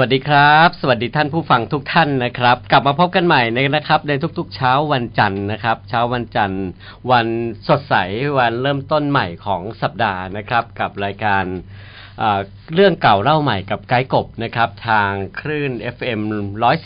วัสดีครับ สวัสดีท่านผู้ฟังทุกท่านนะครับ กลับมาพบกันใหม่ในนะครับ ในทุกๆ เช้าวันจันทร์นะครับ เช้าวันจันทร์ วันสดใสวันเริ่มต้นใหม่ของสัปดาห์นะครับ กับรายการเอ่อเรื่องเก่าเล่าใหม่กับไกด์กบนะครับ ทางคลื่น FM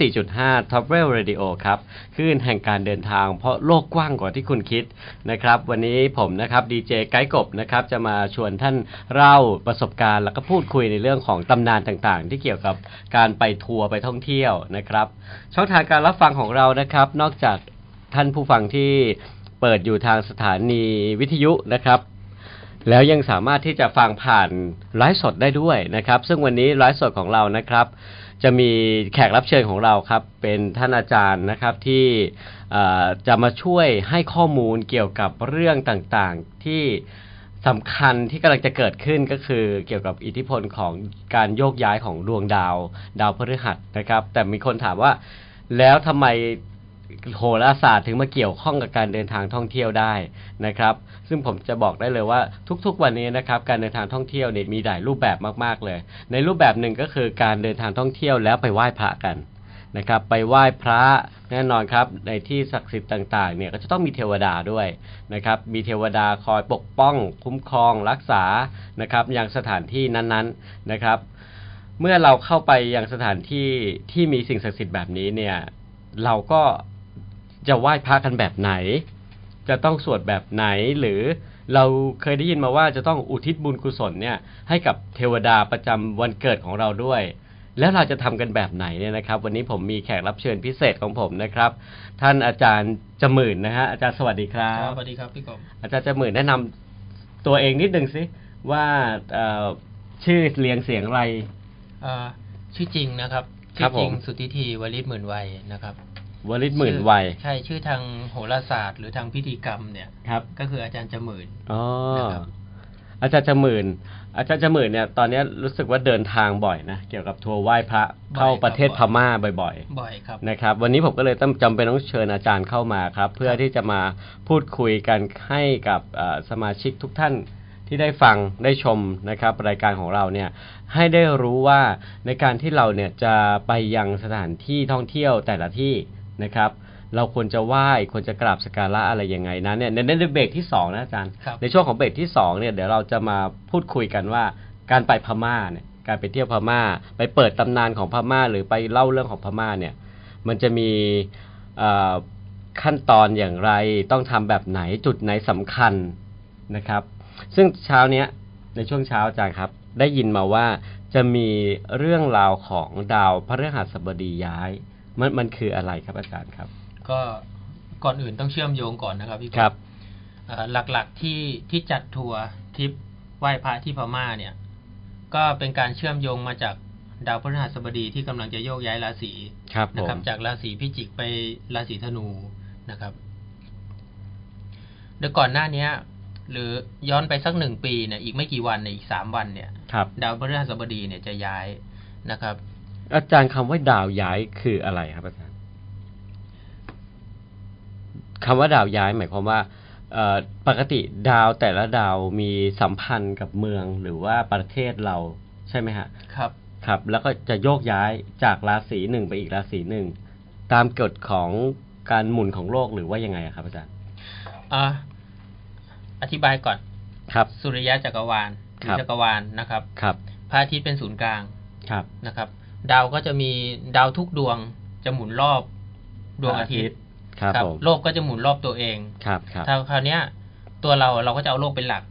104.5 t r a v e l Radio ครับคลื่นแห่งการเดินทางเพราะโลกกว้างกว่าที่คุณคิดนะครับ วันนี้ผมนะครับดีเจไกด์กบนะครับจะมาชวนท่านเล่าประสบการณ์แล้วก็พูดคุยในเรื่องของตำนานต่างๆ ที่เกี่ยวกับการไปทัวร์ไปท่องเที่ยวนะครับ ช่องทางการรับฟังของเรานะครับ นอกจากท่านผู้ฟังที่เปิดอยู่ทางสถานีวิทยุนะครับ แล้วยังสามารถที่จะฟังผ่านไลฟ์สดได้ด้วยนะครับ ซึ่งวันนี้ไลฟ์สดของเรานะครับ จะมีแขกรับเชิญของเราครับเป็นท่านอาจารย์นะครับที่เอ่อจะมาช่วยให้ข้อมูลเกี่ยวกับเรื่องต่างๆที่สำคัญที่กำลังจะเกิดขึ้นก็คือเกี่ยวกับอิทธิพลของการโยกย้ายของดวงดาว ดาวพฤหัสนะครับ แต่มีคนถามว่าแล้วทำไม โหราศาสตร์ถึงมาเกี่ยวข้องกับการเดินทางท่องเที่ยวได้นะครับ ซึ่งผมจะบอกได้เลยว่าทุกๆวันนี้นะครับ การเดินทางท่องเที่ยวเนี่ยมีหลายรูปแบบมากๆเลย ในรูปแบบหนึ่งก็คือการเดินทางท่องเที่ยวแล้วไปไหว้พระกันนะครับ ไปไหว้พระแน่นอนครับ ในที่ศักดิ์สิทธิ์ต่างๆ เนี่ยก็จะต้องมีเทวดาด้วยนะครับ มีเทวดาคอยปกป้อง คุ้มครอง รักษานะครับอย่างสถานที่นั้นๆนะครับ เมื่อเราเข้าไปยังสถานที่ที่มีสิ่งศักดิ์สิทธิ์แบบนี้เนี่ย เราก็จะไหว้พระกันแบบไหน จะต้องสวดแบบไหนหรือเราเคยได้ยินมาว่าจะต้องอุทิศบุญกุศลเนี่ยให้กับเทวดาประจำวันเกิดของเราด้วย แล้วเราจะทำกันแบบไหนเนี่ยนะครับ วันนี้ผมมีแขกรับเชิญพิเศษของผมนะครับ ท่านอาจารย์จมื่นนะฮะอาจารย์สวัสดีครั ครับ บสวัสดีครับพี่กบ อาจารย์จมื่นแนะนำตัวเองนิดนึงสิว่าเอ่อชื่อเรียงเสียงอะไร อ่าชื่อจริงนะครับ ค ชื่ รั อบ จริง ผม สุทธิธีวลิตหมื่นวัยนะครับ วลิตหมื่นวัย ชื่อใช่ชื่อทางโหราศาสตร์ หรือทางพิธีกรรมเนี่ย ครับ ก็คืออาจารย์จมื่น อ๋อ นะครับ อาจารย์จมื่นอาจารย์จมื่นเนี่ยตอนเนี้ยรู้สึกว่าเดินทางบ่อยนะเกี่ยวกับทัวร์ไหว้พระเข้าประเทศพม่าบ่อย บ่อยครับ ๆนะครับ วันนี้ผมก็เลยต้องจำเป็นต้องเชิญอาจารย์เข้ามาครับ เพื่อที่จะมาพูดคุยกันให้กับเอ่อสมาชิกทุกท่านที่ได้ฟังได้ชมนะครับรายการของเราเนี่ยให้ได้รู้ว่าในการที่เราเนี่ยจะไปยังสถานที่ท่องเที่ยวแต่ละที่นะครับ เราควรจะไหว้ควรจะกราบสกการะอะไรยังไงนั้นเนี่ยในในเบรกที่สองนะอาจารย์ ครับ ในช่วงของเบรกที่สองเนี่ยเดี๋ยวเราจะมาพูดคุยกันว่าการไปพม่าเนี่ยการไปเที่ยวพม่า ไปเปิดตำนานของพม่า หรือไปเล่าเรื่องของพม่าเนี่ยมันจะมีเอ่อขั้นตอนอย่างไรต้องทำแบบไหนจุดไหนสำคัญนะครับ ซึ่งเช้าเนี้ยในช่วงเช้าอาจารย์ครับ ได้ยินมาว่าจะมีเรื่องราวของดาวพฤหัสบดีย้ายมันมันคืออะไรครับอาจารย์ครับ ก็ก่อนอื่นต้องเชื่อมโยงก่อนนะครับพี่ก ครับ อ่าหลักๆที่ที่จัดทัวร์ทริปไหว้พระที่พม่าเนี่ย ก็เป็นการเชื่อมโยงมาจากดาวพฤหัสบดีที่กำลังจะโยกย้ายราศี ครับผ นะ ม ครับจากราศีพิจิกไปราศีธนูนะครับโดยก่อนหน้าเนี้ย หรือย้อนไปสักหนึ่งปีเนี่ยอีกไม่กี่วันเนี่ยอีกสามวันเนี่ย ครับ ดาวพฤหัสบดีเนี่ยจะย้ายนะครับ อาจารย์คำว่าดาวย้ายคืออะไรครับอาจารย์คำว่าดาวย้ายหมายความว่าเอ่อปกติดาวแต่ละดาวมีสัมพันธ์กับเมืองหรือว่าประเทศเราใช่ไหมฮะ ครับ ครับ แล้วก็จะโยกย้ายจากราศีหนึ่งไปอีกราศีหนึ่งตามกฎของการหมุนของโลกหรือว่ายังไงอะครับอาจารย์ อ่ะอธิบายก่อน ครับ สุริยะจักรวาลหรือ ครับ จักรวาลนะครับ ครับ พระอาทิตย์เป็นศูนย์กลาง ครับ นะครับ ดาวก็จะมีดาวทุกดวงจะหมุนรอบดวงอาทิตย์ ครับผม โลกก็จะหมุนรอบตัวเอง ครับครับ ถ้าคราวเนี้ย ตัวเราเราก็จะเอาโลกเป็นหลัก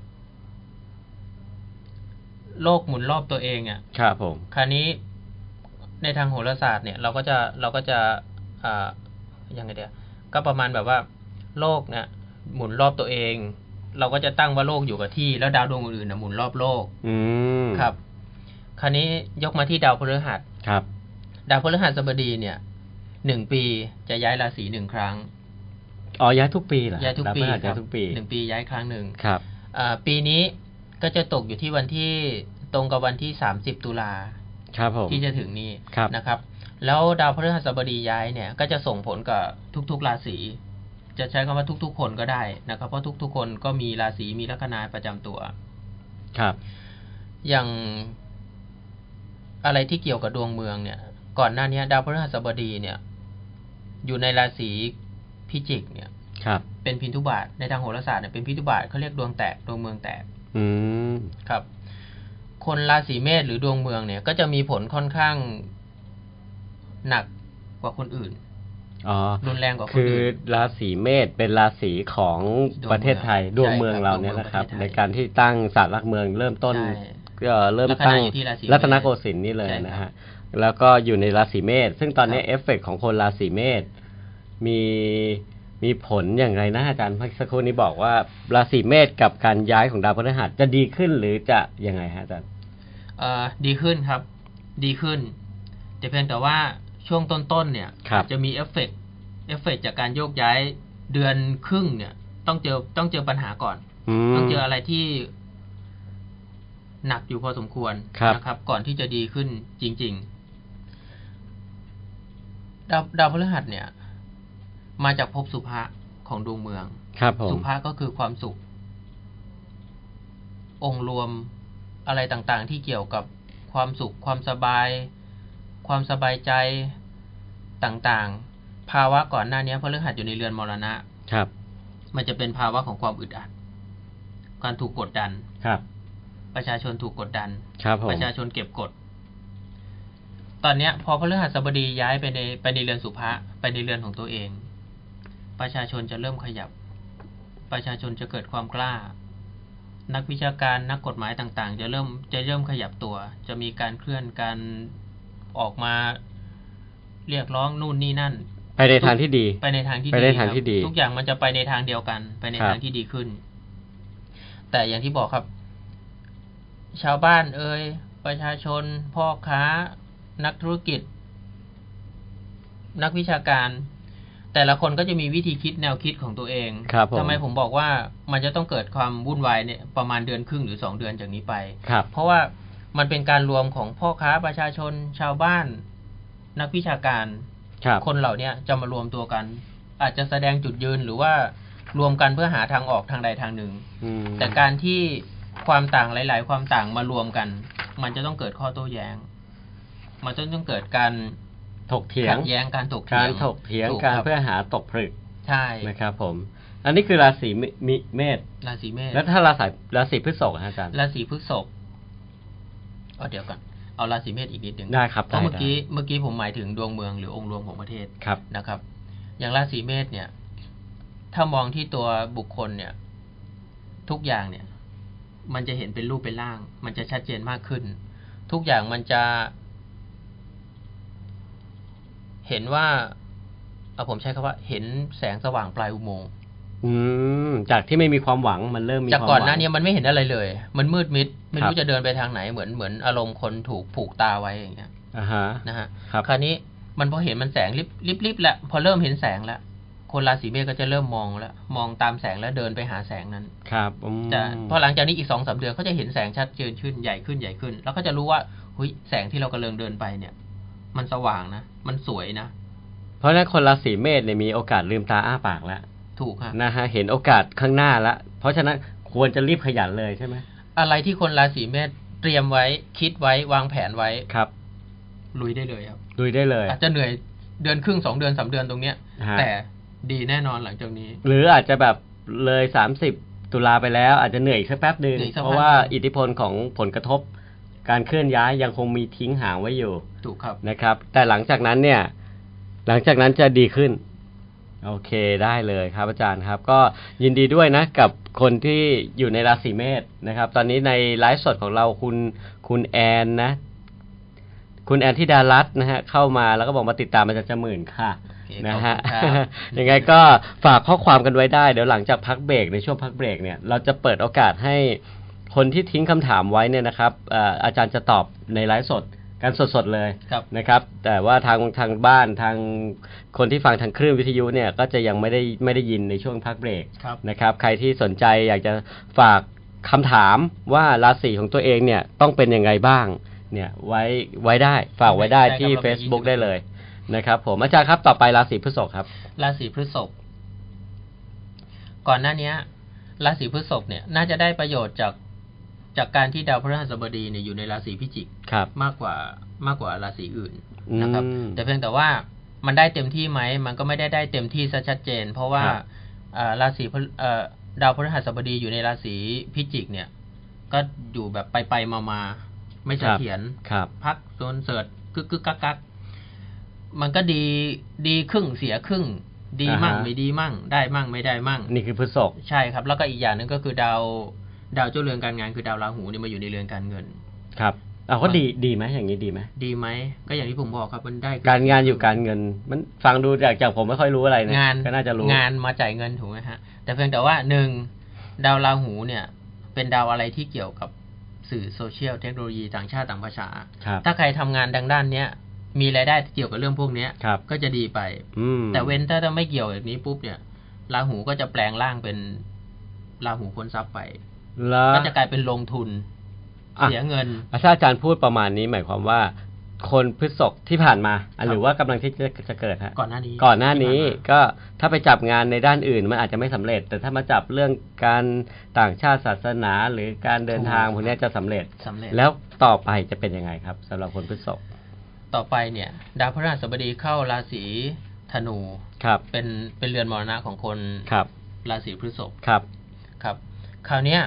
โลกหมุนรอบตัวเองอะ่ะ ครับผม คราวนี้ในทางโหราศาสตร์เนี่ย เราก็จะเราก็จะอ่ายังไงเดียวก็ประมาณแบบว่า โลกเนี่ยหมุนรอบตัวเอง เราก็จะตั้งว่าโลกอยู่กับที่แล้วดาวดวงอื่นๆน่ะหมุนรอบโลก อืม ครับ คราวนี้ยกมาที่ดาวพฤหัส ครับ ดาวพฤหัสบดีเนี่ยหนึ่งปีจะย้ายราศีหนึ่งครั้ง อ๋อย้ายทุกปีเหรอ ย้ายทุกปี ดวพฤหัส ค ย้ายรับ ทุกปี หนึ่งปีย้ายครั้งหนึ่ง ครับ อ่าปีนี้ก็จะตกอยู่ที่วันที่ตรงกับวันที่ 30 ตุลา ครับผม ที่จะถึงนี้ ครับ นะครับ แล้วดาวพฤหัสบดีย้ายเนี่ยก็จะส่งผลกับทุกๆราศีจะใช้คำว่าทุกๆ คนก็ได้นะครับ เพราะทุกๆ คนก็มีราศีมีลัคนาประจำตัว ครับ อย่าง อะไรที่เกี่ยวกับดวงเมืองเนี่ย ก่อนหน้าเนี้ยดาวพฤหัสบดีเนี่ย อยู่ในราศีพิจิกเนี่ย ครับ เป็นพินทุบาทในทางโหราศาสตร์เนี่ยเป็นพินทุบาทเขาเรียกดวงแตกดวงเมืองแตก อืม ครับ คนราศีเมษหรือดวงเมืองเนี่ย ก็จะมีผลค่อนข้างหนักกว่าคนอื่น อ๋อ รุนแรงกว่าคน คือ อื่น ราศีเมษเป็นราศีของประเทศไทยด ด ว ว ง งเมืเมือ อง ง เราเนี่ยนะครับ ใช่ครับ ในการที่ตั้งศาลหลักเมืองเริ่มต้น ใช่ ก็เริ่มตั้ง ลักษณะอยู่ที่ราศีเมษ รัตนโกสินทร์นี่เลย ใช่ครับ นะฮะแล้วก็อยู่ในราศีเมษซึ่งตอนนี้ ครับ เอฟเฟกต์ของคนราศีเมษมีมีผลอย่างไรนะอาจารย์เมื่อสักครู่นี้บอกว่าราศีเมษกับการย้ายของดาวพฤหัสจะดีขึ้นหรือจะยังไงฮะอาจารย์ เอ่อดีขึ้นครับ ดีขึ้น แต่เพียงแต่ว่าช่วงต้นๆเนี่ย ครับ จะมีเอฟเฟกต์เอฟเฟกต์จากการโยกย้ายเดือนครึ่งเนี่ย ต้องเจอต้องเจอปัญหาก่อน อืม ต้องเจออะไรที่หนักอยู่พอสมควร ครับ นะครับ ก่อนที่จะดีขึ้นจริง ๆ ดาวดาวพฤหัสเนี่ย มาจากภพสุภะของดวงเมือง ครับผม สุภะก็คือความสุข องค์รวมอะไรต่างๆ ที่เกี่ยวกับความสุข ความสบาย ความสบายใจต่างๆ ภาวะก่อนหน้านี้พฤหัสอยู่ในเรือนมรณะ ครับ มันจะเป็นภาวะของความอึดอัด การถูกกดดัน ครับ ประชาชนถูกกดดัน ครับผ ป ม ระชาชนเก็บกด ตอนเนี้ย พอพฤหัสบดีย้ายไปในไปในเรือนสุภะไปในเรือนของตัวเอง ประชาชนจะเริ่มขยับ ประชาชนจะเกิดความกล้า นักวิชาการนักกฎหมายต่างๆ จะเริ่มจะเริ่มขยับตัว จะมีการเคลื่อนการออกมาเรียกร้องนู่นนี่นั่น ไปในทางที่ดี ไปในทางที่ ไปในทาง ครับ ที่ดี ทุกอย่างมันจะไปในทางเดียวกัน ไปใน ครับ ทางที่ดีขึ้น แต่อย่างที่บอกครับ ชาวบ้านเอ่ยประชาชน พ่อค้า นักธุรกิจ นักวิชาการ แต่ละคนก็จะมีวิธีคิดแนวคิดของตัวเอง ครับผม ทำไมผมบอกว่ามันจะต้องเกิดความวุ่นวายเนี่ยประมาณเดือนครึ่งหรือสองเดือนจากนี้ไป ครับ เพราะว่ามันเป็นการรวมของพ่อค้าประชาชน ชาวบ้าน นักวิชาการ ครับ คนเหล่าเนี้ยจะมารวมตัวกัน อาจจะแสดงจุดยืนหรือว่ารวมกันเพื่อหาทางออกทางใดทางหนึ่ง อืม แต่การที่ความต่างหลาย ๆ ความต่างมารวมกัน มันจะต้องเกิดข้อโต้แย้ง มันจะต้องเกิดการ ถกเถียง ขัดแย้งการถกเถีย กาง รถกเถียง ถู การ ครับ เพื่อหาตกผลึก ใช่ นะครับผม อันนี้คือราศีมิมิเมษ ราศีเมษ แล้วถ้าราศีราศีพฤษภอะฮะอาจารย์ ราศีพฤษภเอาเดี๋ยวก่อนเอาราศีเมษอีกนิดหนึ่ง ได้ครับ เพราะ ได้ เมื่อ ได้ กี้เมื่อกี้ผมหมายถึงดวงเมืองหรือองค์รวมของประเทศ ครับ นะครับ อย่างราศีเมษเนี่ย ถ้ามองที่ตัวบุคคลเนี่ย ทุกอย่างเนี่ย มันจะเห็นเป็นรูปเป็นร่าง มันจะชัดเจนมากขึ้น ทุกอย่างมันจะ เห็นว่าเอาผมใช้คำว่า เห็นแสงสว่างปลายอุโมงค์ อืม จากที่ไม่มีความหวังมันเริ่มมี จาก ความหวัง ก่อนหน้าเนี้มันไม่เห็นอะไรเลย มันมืดมิด ไม่ ครั รู้ บ จะเดินไปทางไหนเหมือนเหมือนอารมณ์คนถูกผูกตาไว้อย่างเงี้ย อ่าฮะ นะฮะ ครับ คราวนี้มันพอเห็นมันแสงริบริบริบแล้วพอเริ่มเห็นแสงแล้วคนราศีเมษก็จะเริ่มมองแล้วมองตามแสงแล้วเดินไปหาแสงนั้น ครับอืม จะพอหลังจากนี้อีกสองสามเดือนเขาจะเห็นแสงชัดเจนขึ้นใหญ่ขึ้นใหญ่ขึ้น แล้วก็จะรู้ว่าหุยแสงที่เรากำลังเดินไปเนี่ย มันสว่างนะมันสวยนะ เพราะฉะนั้นคนราศีเมษเนี่ยมีโอกาสลืมตาอ้าปากแล้ว ถูกค่ะ นะฮะ เห็นโอกาสข้างหน้าละเพราะฉะนั้นควรจะรีบขยันเลยใช่ไหม อะไรที่คนราศีเมษเตรียมไว้ คิดไว้วางแผนไว้ ครับ ลุยได้เลยครับ ลุยได้เลย อาจจะเหนื่อยเดือนครึ่งสองเดือนสามเดือนตรงเนี้ย ฮะ แต่ดีแน่นอนหลังจากนี้ หรืออาจจะแบบเลยสามสิบตุลาไปแล้วอาจจะเหนื่อยอีกสักแป๊บหนึ่ง เหนื่อยอีกสัก เพ พัก ราะว่าอิทธิพลของผลกระทบ การเคลื่อนย้ายยังคงมีทิ้งห่างไว้อยู่ ถูกครับ นะครับ แต่หลังจากนั้นเนี่ย หลังจากนั้นจะดีขึ้น โอเคได้เลยครับอาจารย์ครับ ก็ยินดีด้วยนะกับคนที่อยู่ในราศีเมษนะครับ ตอนนี้ในไลฟ์สดของเราคุณคุณแอนนะ คุณแอนทิดารัตน์นะฮะเข้ามาแล้วก็บอกมาติดตามอาจารย์จมื่นค่ะ โอเค นะฮะ ขอบคุณครับ ยังไงก็ฝากข้อความกันไว้ได้ เดี๋ยวหลังจากพักเบรกในช่วงพักเบรกเนี่ย เราจะเปิดโอกาสให้คนที่ทิ้งคำถามไว้เนี่ยนะครับเอ่ออาจารย์จะตอบในไลฟ์สดกันสดๆเลย ครับ นะครับ แต่ว่าทางทางบ้านทางคนที่ฟังทางคลื่นวิทยุเนี่ย ก็จะยังไม่ได้ไม่ได้ยินในช่วงพักเบรก ครับ นะครับใครที่สนใจอยากจะฝากคำถามว่าราศีของตัวเองเนี่ยต้องเป็นยังไงบ้างเนี่ยไว้ไว้ได้ฝากไว้ได้ที่ ได้ครับ Facebook ได้เลยนะครับผมอาจารย์ครับต่อไปราศีพฤษภครับ ราศีพฤษภก่อนหน้าเนี้ย ราศีพฤษภเนี่ย น่าจะได้ประโยชน์จาก จากการที่ดาวพฤหัสบดีเนี่ยอยู่ในราศีพิจิก ครับ มากกว่ามากกว่าราศีอื่นนะครับ อืม แต่เพียงแต่ว่ามันได้เต็มที่ไหมมันก็ไม่ได้ได้เต็มที่ซะชัดเจน เพราะว่า ครับ เอ่อราศีพฤเอ่อดาวพฤหัสบดีอยู่ในราศีพิจิกเนี่ย ก็อยู่แบบไปไปมามาๆไม่เสถียร ครับ พักโซนเสิร์ตกึกกึกกักกักมันก็ดีดีครึ่งเสียครึ่ง ดีมั่ง อ่าฮะ ไม่ดีมั่ง ได้มั่งไม่ได้มั่ง นี่คือพฤษภ ใช่ครับ แล้วก็อีกอย่างหนึ่งก็คือดาวดาวเจ้าเรือนการงานคือดาวราหูเนี่ยมาอยู่ในเรือนการเงิน ครับเอาก็ดีดีไหมอย่างนี้ดีไหม ดีไหมก็อย่างที่ผมบอกครับมันได้ การงานอยู่การเงิน มันฟังดูจากจากผมไม่ค่อยรู้อะไรนะ งาน ก็น่าจะรู้ งานมาจ่ายเงินถูกไหมฮะ แต่เพียงแต่ว่าหนึ่งดาวราหูเนี่ย เป็นดาวอะไรที่เกี่ยวกับสื่อโซเชียลเทคโนโลยีต่างชาติต่างภาษา ครับ ถ้าใครทำงานดังด้านเนี้ยมีรายได้เกี่ยวกับเรื่องพวกเนี้ย ครับ ก็จะดีไป อืม แต่เว้นถ้าไม่เกี่ยวแบบนี้ปุ๊บเนี่ยราหูก็จะแปลงร่างเป็นราหูพ้นทรัพย์ไป แล้ว ก็จะกลายเป็นลงทุน อ่ะ เสียเงิน ถ้าอาจารย์พูดประมาณนี้หมายความว่า คนพฤษภที่ผ่านมาอ่ะ ครับ หรือว่ากำลังที่จะจะเกิดฮะ ก่อนหน้านี้ ก่อนหน้านี้ ที่ผ่ามา ก็ถ้าไปจับงานในด้านอื่น มันอาจจะไม่สำเร็จ แต่ถ้ามาจับเรื่องการต่างชาติศาสนา หรือการเดินทางพวกเนี้ยจะสำเร็จ สำเร็จ แล้วต่อไปจะเป็นยังไงครับสำหรับคนพฤษภ ต่อไปเนี่ย ดาวพฤหัสบดีเข้าราศีธนู ครับ เป็นเป็นเรือนมรณะของคน ครับ ราศีพฤษภ ครับ ครับ คราวเนี้ย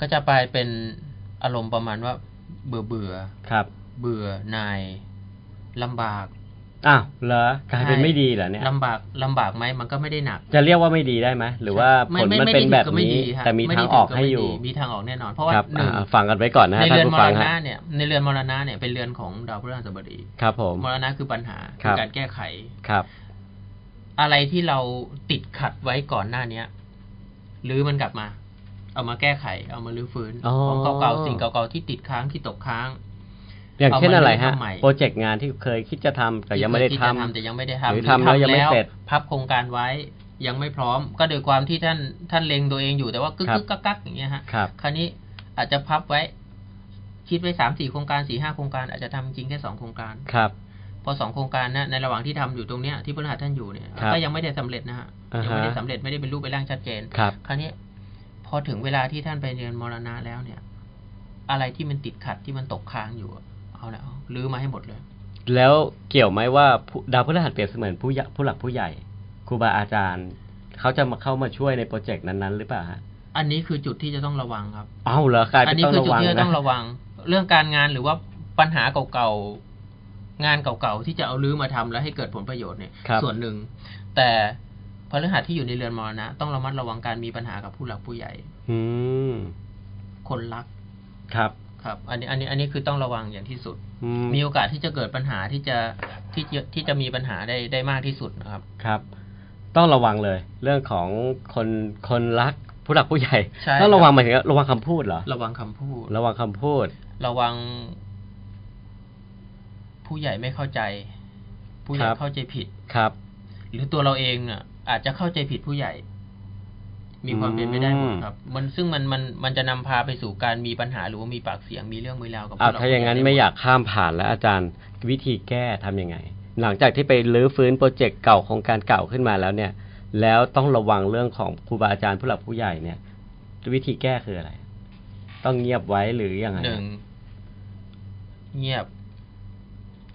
ก็จะไปเป็นอารมณ์ประมาณว่า เบื่อเบื่อ ครับ เบื่อนายลำบาก อ้าวเหรอกลายเป็น ใช่ ไม่ดีเหรอเนี่ย ลำบากลำบากไหมมันก็ไม่ได้หนัก จะเรียกว่าไม่ดีได้ไหมหรือว่าผลมันเป็นแบบนี้ แต่มีทางออกให้อยู่ มีทางออกแน่นอน เพราะว่า ครับ ห อ่า นึ่ง ฟังกันไว้ก่อนนะ ใน ฮะท่า เรือน น ผู้ ม ฟั รง ฮะ ณะเนี่ยในเรือนมรณะเนี่ยเป็นเรือนของดาวพฤหัสบดี ครับผม มรณะคือปัญหา ครับ การแก้ไข ครับ อะไรที่เราติดขัดไว้ก่อนหน้าเนี้ยรื้อมันกลับมา เอามาแก้ไข เอามารื้อฟื้น อ๋อ ของเก่าๆสิ่งเก่าๆที่ติดค้างที่ตกค้าง อย่างเช่นอะไรฮะ เอามาเริ่มทำใหม่ โปรเจกต์งานที่เคยคิดจะทำแต่ยังไม่ได้ ที่ ทำ จะแต่ยังไม่ได้ทำ หรือทำแล้วยังไม่เสร็จ พับโครงการไว้ ยังไม่พร้อม ก็โดยความที่ท่านท่านเล็งตัวเองอยู่แต่ว่ากึก ครั ก บ กกักกักอย่างเงี้ยฮะ ครับ คราวนี้อาจจะพับไว้ คิดไว้สามสี่โครงการสี่ห้าโครงการ อาจจะทำจริงแค่สองโครงการ ครับ พอสองโครงการนะในระหว่างที่ทำอยู่ตรงเนี้ยที่พฤหัสท่านอยู่เนี่ย ครับ ก็ยังไม่ได้สำเร็จนะฮะ อ่าฮะ ยังไม่ได้สำเร็จไม่ได้เป็นรูปเป็นร่างชัดเจน ครับ คราวนี้พอถึงเวลาที่ท่านไปเรียนมรณะแล้วเนี่ย อะไรที่มันติดขัดที่มันตกค้างอยู่อะเอาแล้วรื้อมาให้หมดเลย แล้วเกี่ยวไหมว่าผู้ดาวพฤหัสเปรียบเสมือนผู้ใหญ่ผู้หลักผู้ใหญ่ครูบาอาจารย์ เขาจะมาเข้ามาช่วยในโปรเจกต์นั้นๆ หรือเปล่าฮะ อันนี้คือจุดที่จะต้องระวังครับ เอ้าเหรอกลาย อั เป็น นี้ ต้องระคือจุด วัง ที่จะ นะ ต้องระวัง เรื่องการงานหรือว่าปัญหาเก่าๆ งานเก่าๆ ที่จะเอาลื้อมาทำแล้วให้เกิดผลประโยชน์เนี่ย ครับ ส่วนหนึ่ง แต่พฤหัสที่อยู่ในเรือนมรณะ ต้องระมัดระวังการมีปัญหากับผู้หลักผู้ใหญ่ อืม คนรัก ครับ ครับ อันนี้อันนี้อันนี้คือต้องระวังอย่างที่สุด อืม มีโอกาสที่จะเกิดปัญหาที่จะที่จะที่จะมีปัญหาได้ได้มากที่สุดนะครับ ครับ ต้องระวังเลย เรื่องของคนคนรักผู้หลักผู้ใหญ่ ใช่ ต้องระวัง ครับ หมายถึงระวังคำพูดเหรอ ระวังคำพูด ระวังคำพูด ระวัง ผู้ใหญ่ไม่เข้าใจ ผู้ใหญ่ ครับ เข้าใจผิด ครับ หรือตัวเราเองอ่ะอาจจะเข้าใจผิดผู้ใหญ่ มีความเป็นไปได้หมดครับ มันซึ่งมันมันมันจะนำพาไปสู่การมีปัญหาหรือว่ามีปากเสียงมีเรื่องมีราวกับ อ่า ผู้หลัก ถ้าอย่างนั้น ผู้ใหญ่ ไม่อยากข้ามผ่านแล้วอาจารย์วิธีแก้ทำยังไง หลังจากที่ไปรื้อฟื้นโปรเจกต์เก่าโครงการเก่าขึ้นมาแล้วเนี่ย แล้วต้องระวังเรื่องของครูบาอาจารย์ผู้หลักผู้ใหญ่เนี่ย วิธีแก้คืออะไร ต้องเงียบไว้หรือยังไง หนึ่งเงียบ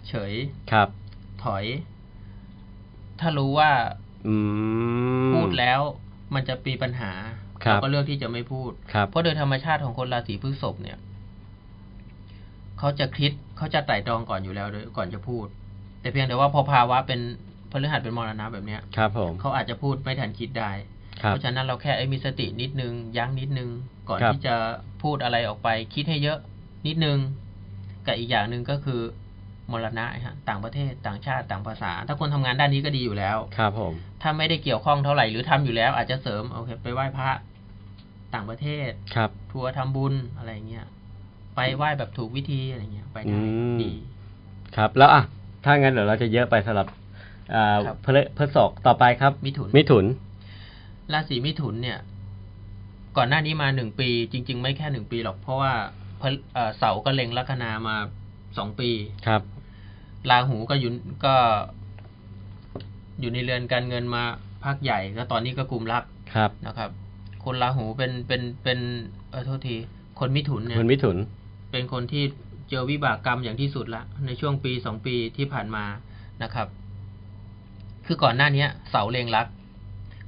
เฉย ครับ ถอย ถ้ารู้ว่า อืม พูดแล้ว มันจะมีปัญหา ครับ เราก็เลือกที่จะไม่พูด ครับ เพราะโดยธรรมชาติของคนราศีพฤษภเนี่ยเขาจะคิดเขาจะไตร่ตรองก่อนอยู่แล้วด้วยก่อนจะพูด แต่เพียงแต่ว่าพอภาวะเป็นพฤหัสเป็นมรณะแบบเนี้ย ครับผม เขาอาจจะพูดไม่ทันคิดได้ ครั เพ บ ราะฉะนั้นเราแค่เอ้ยมีสตินิดนึง ยั้งนิดนึง ก่อน ครับ ที่จะพูดอะไรออกไป คิดให้เยอะ นิดนึงกับอีกอย่างหนึ่งก็คือมรณะฮะต่างประเทศต่างชาติต่างภาษา ถ้าคนทำงานด้านนี้ก็ดีอยู่แล้ว ครับผม ถ้าไม่ได้เกี่ยวข้องเท่าไหร่หรือทำอยู่แล้ว อาจจะเสริมโอเคไปไหว้พระต่างประเทศ ครับ ทัวร์ทำบุญอะไรเงี้ย ไปไหว้แบบถูกวิธีอะไรเงี้ย ไป อื ได้ ม ดี ครับ แล้วอ่ะถ้างั้นเดี๋ยวเราจะเยอะไปสำหรับอ่า ครับ พฤพฤษกต่อไปครับ มิถุน มิถุน ราศีมิถุนเนี่ย ก่อนหน้านี้มาหนึ่งปี จริง ๆ ไม่แค่หนึ่งปีหรอก เพราะว่าพฤเอ่อเสาก็เล็งลัคนามาสองปี ครับ ราหูก็อยู่ก็ อยู่ในเรือนการเงินมาพักใหญ่ แล้วตอนนี้ก็กลุ่มรัก ครับ นะครับ คนราหูเป็นเป็นเป็น เออโทษที คนมิถุนเนี่ย คนมิถุน เป็นคนที่เจอวิบากกรรมอย่างที่สุดละ ในช่วงปีสองปีที่ผ่านมานะครับ คือก่อนหน้าเนี้ย เสาเลงรัก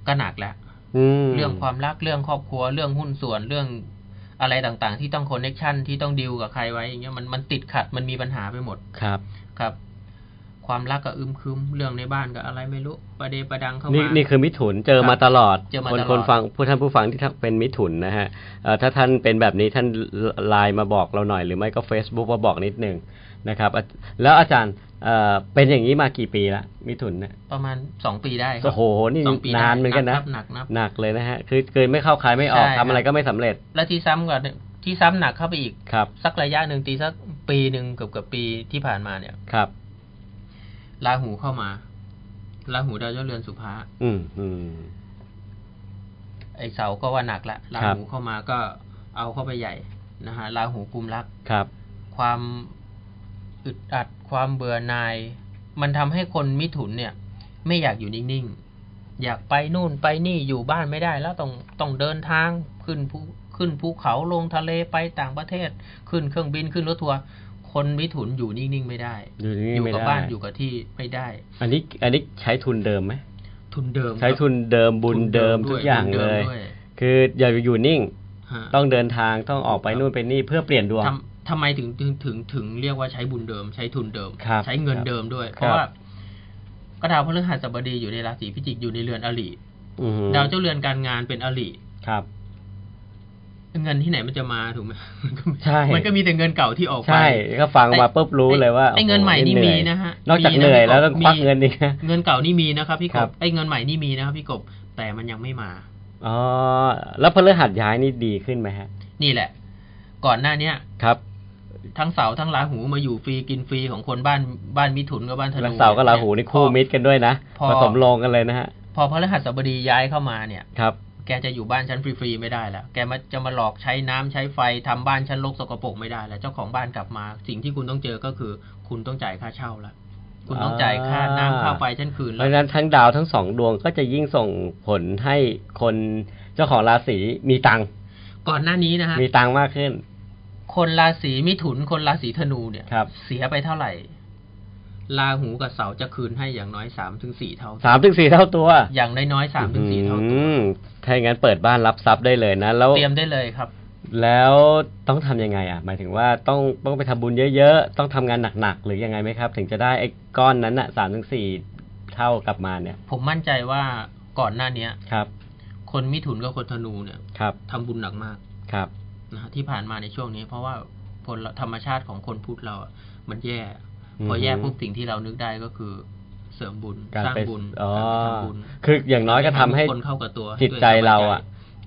ก็หนักแล้ว อืม เรื่องความรักเรื่องครอบครัวเรื่องหุ้นส่วนเรื่องอะไรต่างๆ ที่ต้องคอนเน็ชันที่ต้องดีลกับใครไว้อย่างเงี้ยมันมันติดขัดมันมีปัญหาไปหมด ครับ ครับ ความรักก็อึมครึมเรื่องในบ้านก็อะไรไม่รู้ประเดประดังเข้า นี่ มา นี่คือมิถุนเจอ ครับ มาตลอด เจอมา คน ตลอด คนฟังผู้ท่านผู้ฟังที่เป็นมิถุนนะฮะเอ่อถ้าท่านเป็นแบบนี้ท่านไลน์มาบอกเราหน่อยหรือไม่ก็ Facebook มาบอกนิดหนึ่งนะครับอ่ะแล้วอาจารย์เอ่อเป็นอย่างนี้มากี่ปีละมิถุนเนี่ย ประมาณสองปีได้ครับ โอ้โหนี่ สองปีได้ นานเหมือนกันนะ บหนักนับ หนักเลยนะฮะคือเกินไม่เข้าขายไม่ออก ใช่ค ทำ รับ อะไรก็ไม่สำเร็จ และที่ซ้ำกว่าที่ซ้ำหนักเข้าไปอีก ครับ สักระยะหนึ่งตีสักปีหนึ่งเกือบเกือบปีที่ผ่านมาเนี่ย ครับ ราหูเข้ามาราหูดาวเจ้าเรือนสุภา อืมอืม ไอเสาก็ว่าหนักละรา ครับ หูเข้ามาก็เอาเข้าไปใหญ่นะฮะราหูกุมรัก ครับ ความอึดอัดความเบื่อหน่าย มันทำให้คนมิถุนเนี่ย ไม่อยากอยู่นิ่งๆ อยากไปนู่นไปนี่อยู่บ้านไม่ได้แล้วต้องต้องเดินทางขึ้นภูขึ้นภูเขาลงทะเลไปต่างประเทศ ขึ้นเครื่องบินขึ้นรถทัวร์คนมิถุนอยู่นิ่งๆไม่ได้ อยู่นี่ อยู่ ไม่ กับ ได้ บ้านอยู่กับที่ไม่ได้ อันนี้อันนี้ใช้ทุนเดิมไหม ทุนเดิม ใช้ทุนเดิมบุญเดิมทุกอย่าง ทุน เล ดิม ย ด้วย คืออย่าอยู่นิ่ง ฮะ ต้องเดินทางต้องออกไป ครับ นู่นไปนี่เพื่อเปลี่ยนดวง ทำทำไมถึงถึงถึงถึงเรียกว่าใช้บุญเดิม ใช้ทุนเดิม ครับ ใช้เงิน ครับ เดิมด้วย ครับ เพราะว่าก็ดาวพฤหัสบดีอยู่ในราศีพิจิกอยู่ในเรือนอริ อือฮึ ดาวเจ้าเรือนการงานเป็นอริ ครับ เงินที่ไหนมันจะมาถูกไหม มันก็ ใช่ มันก็มีแต่เงินเก่าที่ออกไป ใช่ก็ฟังมา ไอ้ ปุ๊บรู้เลยว่า ไอ้เงิน โโ ใหม่นี่ เห มี อย นะฮะ นอกจาก มีะ เหนื่อยแล้ว พี่ ต้อก งคบวัก มี เงินอีกนะ เงินเก่านี่มีนะครับพี่ก ครับ บไอ้เงินใหม่นี่มีนะครับพี่กบแต่มันยังไม่มา อ๋อแล้วพฤหัสย้ายนี่ดีขึ้นไหมฮะ นี่แหละ ก่อนหน้าเนี้ย ครับ ทั้งเสาทั้งราหูมาอยู่ฟรีกินฟรีของคนบ้านบ้านมิถุนกับบ้านธนู แล้วเสาร์กับราหูนี่คู่ พอ มิตรกันด้วยนะ พอ ผสมลงกันเลยนะฮะ พอพระรหัสบดีย้ายเข้ามาเนี่ย ครับ แกจะอยู่บ้านชั้นฟรีๆไม่ได้แล้ว แกมาจะมาหลอกใช้น้ำใช้ไฟทำบ้านชั้นรกสกปรกไม่ได้แล้ว เจ้าของบ้านกลับมา สิ่งที่คุณต้องเจอก็คือ คุณต้องจ่ายค่าเช่าละคุณต้องจ่ายค่าน้ำค่าไฟชั้นคืน เพ แล้ ราะ ว ฉะนั้นทั้งดาวทั้งสองดวงก็จะยิ่งส่งผลให้คนเจ้าของราศีมีตังค์ ก่อนหน้านี้นะฮะ มีตังค์มากขึ้น คนราศีมิถุนคนราศีธนูเนี่ย ครับ เสียไปเท่าไหร่ราหูกับเสาจะคืนให้อย่างน้อยสามถึงสี่เท่า สามถึงสี่เท่าตัว อย่างน้อยๆสามถึงสี่เท่าตัว อืมถ้าอย่างนั้นเปิดบ้านรับทรัพย์ได้เลยนะ แล้ว เตรียมได้เลยครับ แล้วต้องทำยังไงอ่ะ หมายถึงว่าต้องต้องไปทำบุญเยอะๆ ต้องทำงานหนักๆ หรือยังไงไหมครับ ถึงจะได้ไอ้ก้อนนั้นอ่ะสามถึงสี่เท่ากลับมาเนี่ย ผมมั่นใจว่าก่อนหน้าเนี้ย ครับ คนมิถุนกับคนธนูเนี่ย ครับ ทำบุญหนักมาก ครับ นะฮะที่ผ่านมาในช่วงนี้ เพราะว่าพลธรรมชาติของคนพุทธเราอะมันแย่ อืม พอแย่ปุ๊บสิ่งที่เรานึกได้ก็คือเสริมบุญ การ สร้าง ไป บุญ อ๋อ การไปทำบุญ คืออย่างน้อยก็ทำให้ คนเข้ากับตัว จิตใจเราอ่ะ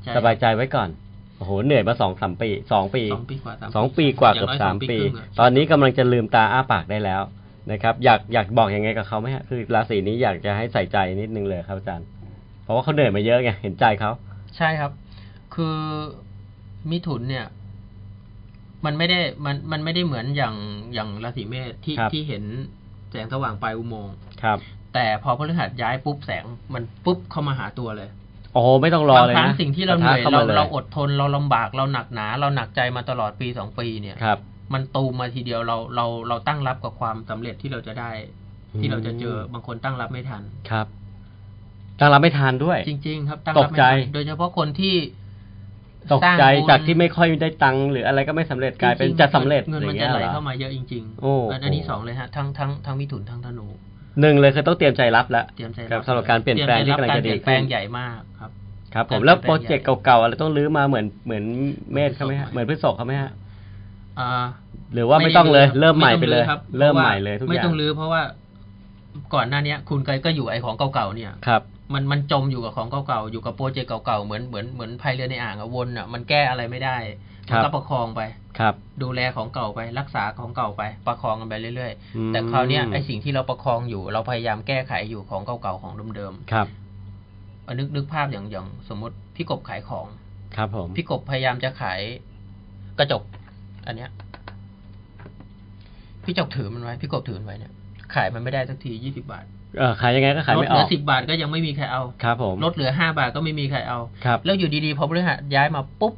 ช่ สบายใจไว้ก่อน โอ้โห เหนื่อยมาสองสามปีสองปี สองปีกว่าาม สองปีกว่าเกือบ ย่งน้ย สามปี ครึ่งอะ ตอนนี้กำลังจะลืมตาอ้าปากได้แล้วนะครับ อยากอยากบอกยังไงกับเขาไหมฮะ คือราศีนี้อยากจะให้ใส่ใจนิดนึงเลยครับอาจารย์ เพราะว่าเขาเหนื่อยมาเยอะไง เห็นใจเขา ใช่ครับ คือมิถุนเนี่ย มันไม่ได้มันมันไม่ได้เหมือนอย่างอย่างราศีเมษที่ ครับ ที่เห็นแสงสว่างปลายอุโมงค์ ครับ แต่พอพฤหัสย้ายปุ๊บแสงมันปุ๊บเข้ามาหาตัวเลย โอ้โห ไม่ต้องรอบ าง เลย ครั้ง นะ สิ่งที่เราเหนื่อย ปะทะข้ เรา มล เราอดทนเราลำบากเราหนักหนา เราหนักใจมาตลอดปีสองปีเนี่ย ครับ มันตูมมาทีเดียวเราเราเราตั้งรับกับความสำเร็จที่เราจะได้ ที่เราจะเจอ อืม บางคนตั้งรับไม่ทัน ครับตั้งรับไม่ทานด้วย จริง ๆ ครับตั้ง ต รับ ก ไม่ ใจ ทันโดยเฉพาะคนที่ ตก สร้าง ใจ บุญ จากที่ไม่ค่อยได้ตังค์หรืออะไรก็ไม่สำเร็จกลายเป็น ริงๆ จะสำเร็จ เงิน อย่า มัน งเงี้ จะ ย ไหล เหรอ เข้ามาเยอะจริง โอ้ ๆอันนี้ โอ้ สองเลยฮะทั้งทั้งทั้งมิถุนทั้งธนู หนึ่งเลยคือต้องเตรียมใจรับแล้ว เตรียมใจ ครับสำหรับการเปลี่ยนแปลงที่กำลังจะดี เตรียมใจรับารเปลี่ยนแป ขึ้ ล น งใหญ่มากครับ ครับผม การ แล้ว เปลี่ยนแปลโปงรเจกต์เก่าๆอะไรต้องรื้อมาเหมือนเหมือนเมธเขาไหมฮะ เห เห มื มือ อพน นพ ฤ ฤ ษ ษ ภ ภ เขาไหมฮะ อ่า หรือว่าไม่ต้องเลย คบ เริ่มใหม่ไปเลย ม่ต้องอคบ เริ่มใหม่เลยทุกอ ไม่ ย่าง ต้องรื้อเพราะว่าก่อนหน้าเนี้ย คุณเคยก็อยู่ไอของเก่าๆเนี่ย ครับ มันมันจมอยู่กับของเก่าๆอยู่กับโปรเจกต์เก่าๆเหมือนเหมือนเหมือนพายเรือในอ่างอะวนอ่ะมันแก้อะไรไม่ได้ ครั มั บ ก็ประคองไป ครับ ดูแลของเก่าไป รักษาของเก่าไป ประคองกันไปเรื่อย อืม ๆ แต่คราวเนี้ยไอสิ่งที่เราประคองอยู่ เราพยายามแก้ไขอยู่ของเก่าๆของเดิม ครับ ๆเอานึกนึกภาพอย่างอย่างสมมติพี่กบขายของ ครับผม พี่กบพยายามจะขายกระจก อันเนี้ย พี่จกถือมันไว้ พี่กบถือมันไว้เนี่ย ขายมันไม่ได้สักทียี่สิบาท เออขายยังไงก็ขาย ลด ไม่ เห อ ลื อ อก สิบาทก็ยังไม่มีใครเอา ครับผม ลดเหลือห้าบาทก็ไม่มีใครเอา ครับ แล้วอยู่ดีๆพอพฤหัสย้ายมาปุ๊บ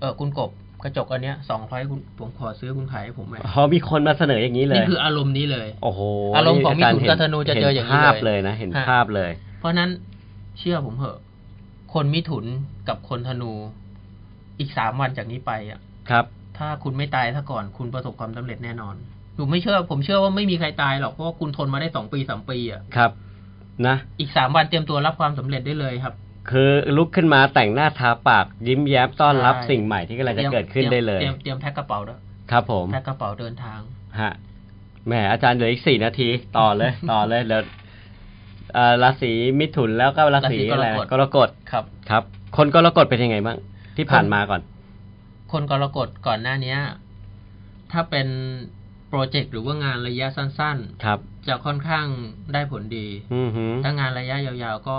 เออคุณกบกระจกอันเนี้ยสองร้อยคุณผมขอซื้อคุณขายให้ผมไหม อ๋อมีคนมาเสนออย่างนี้เลย นี่คืออารมณ์นี้เลย โอ้โห อารมณ์ของมิถุน จย์ กับธนูจะเจออย่างนี้เลย ภาพเลยนะ เห็น ฮะ ภาพเลย เพราะนั้นเชื่อผมเถอะ คนมิถุนกับคนธนูอีกสามวันจากนี้ไปอ่ะ ครับ ถ้าคุณไม่ตายซะก่อนคุณประสบความสำเร็จแน่นอนหนูไม่เชื่อ ผมเชื่อว่าไม่มีใครตายหรอกเพราะว่าคุณทนมาได้สองปีสามปีอ่ะ ครับนะ อีกสามวันเตรียมตัวรับความสำเร็จได้เลยครับ คือลุกขึ้นมาแต่งหน้าทาปากยิ้มแย้มต้อนรับ ใช่ สิ่งใหม่ที่กำลังจะเกิดขึ้นได้เลย เตรียมเตรียมแพ็คกระเป๋าด้วย ครับผม แพ็คกระเป๋าเดินทาง ฮะแหมอาจารย์เหลืออีกสี่นาที ต่อเลย ต่อเลยเดี๋ยวเอ่อราศีมิถุนแล้วก็ราศีอะไร ราศี นะ ก ก ร ร ก ก ฎ ฎ ครับ ครับ คนกรกฎเป็นยังไงบ้างที่ผ่านมาก่อน คนกรกฎก่อนหน้าเนี้ย ถ้าเป็นโปรเจกต์หรือว่างานระยะสั้น ครับ ๆ จะค่อนข้างได้ผลดี อือหือ ถ้างานระยะยาวๆก็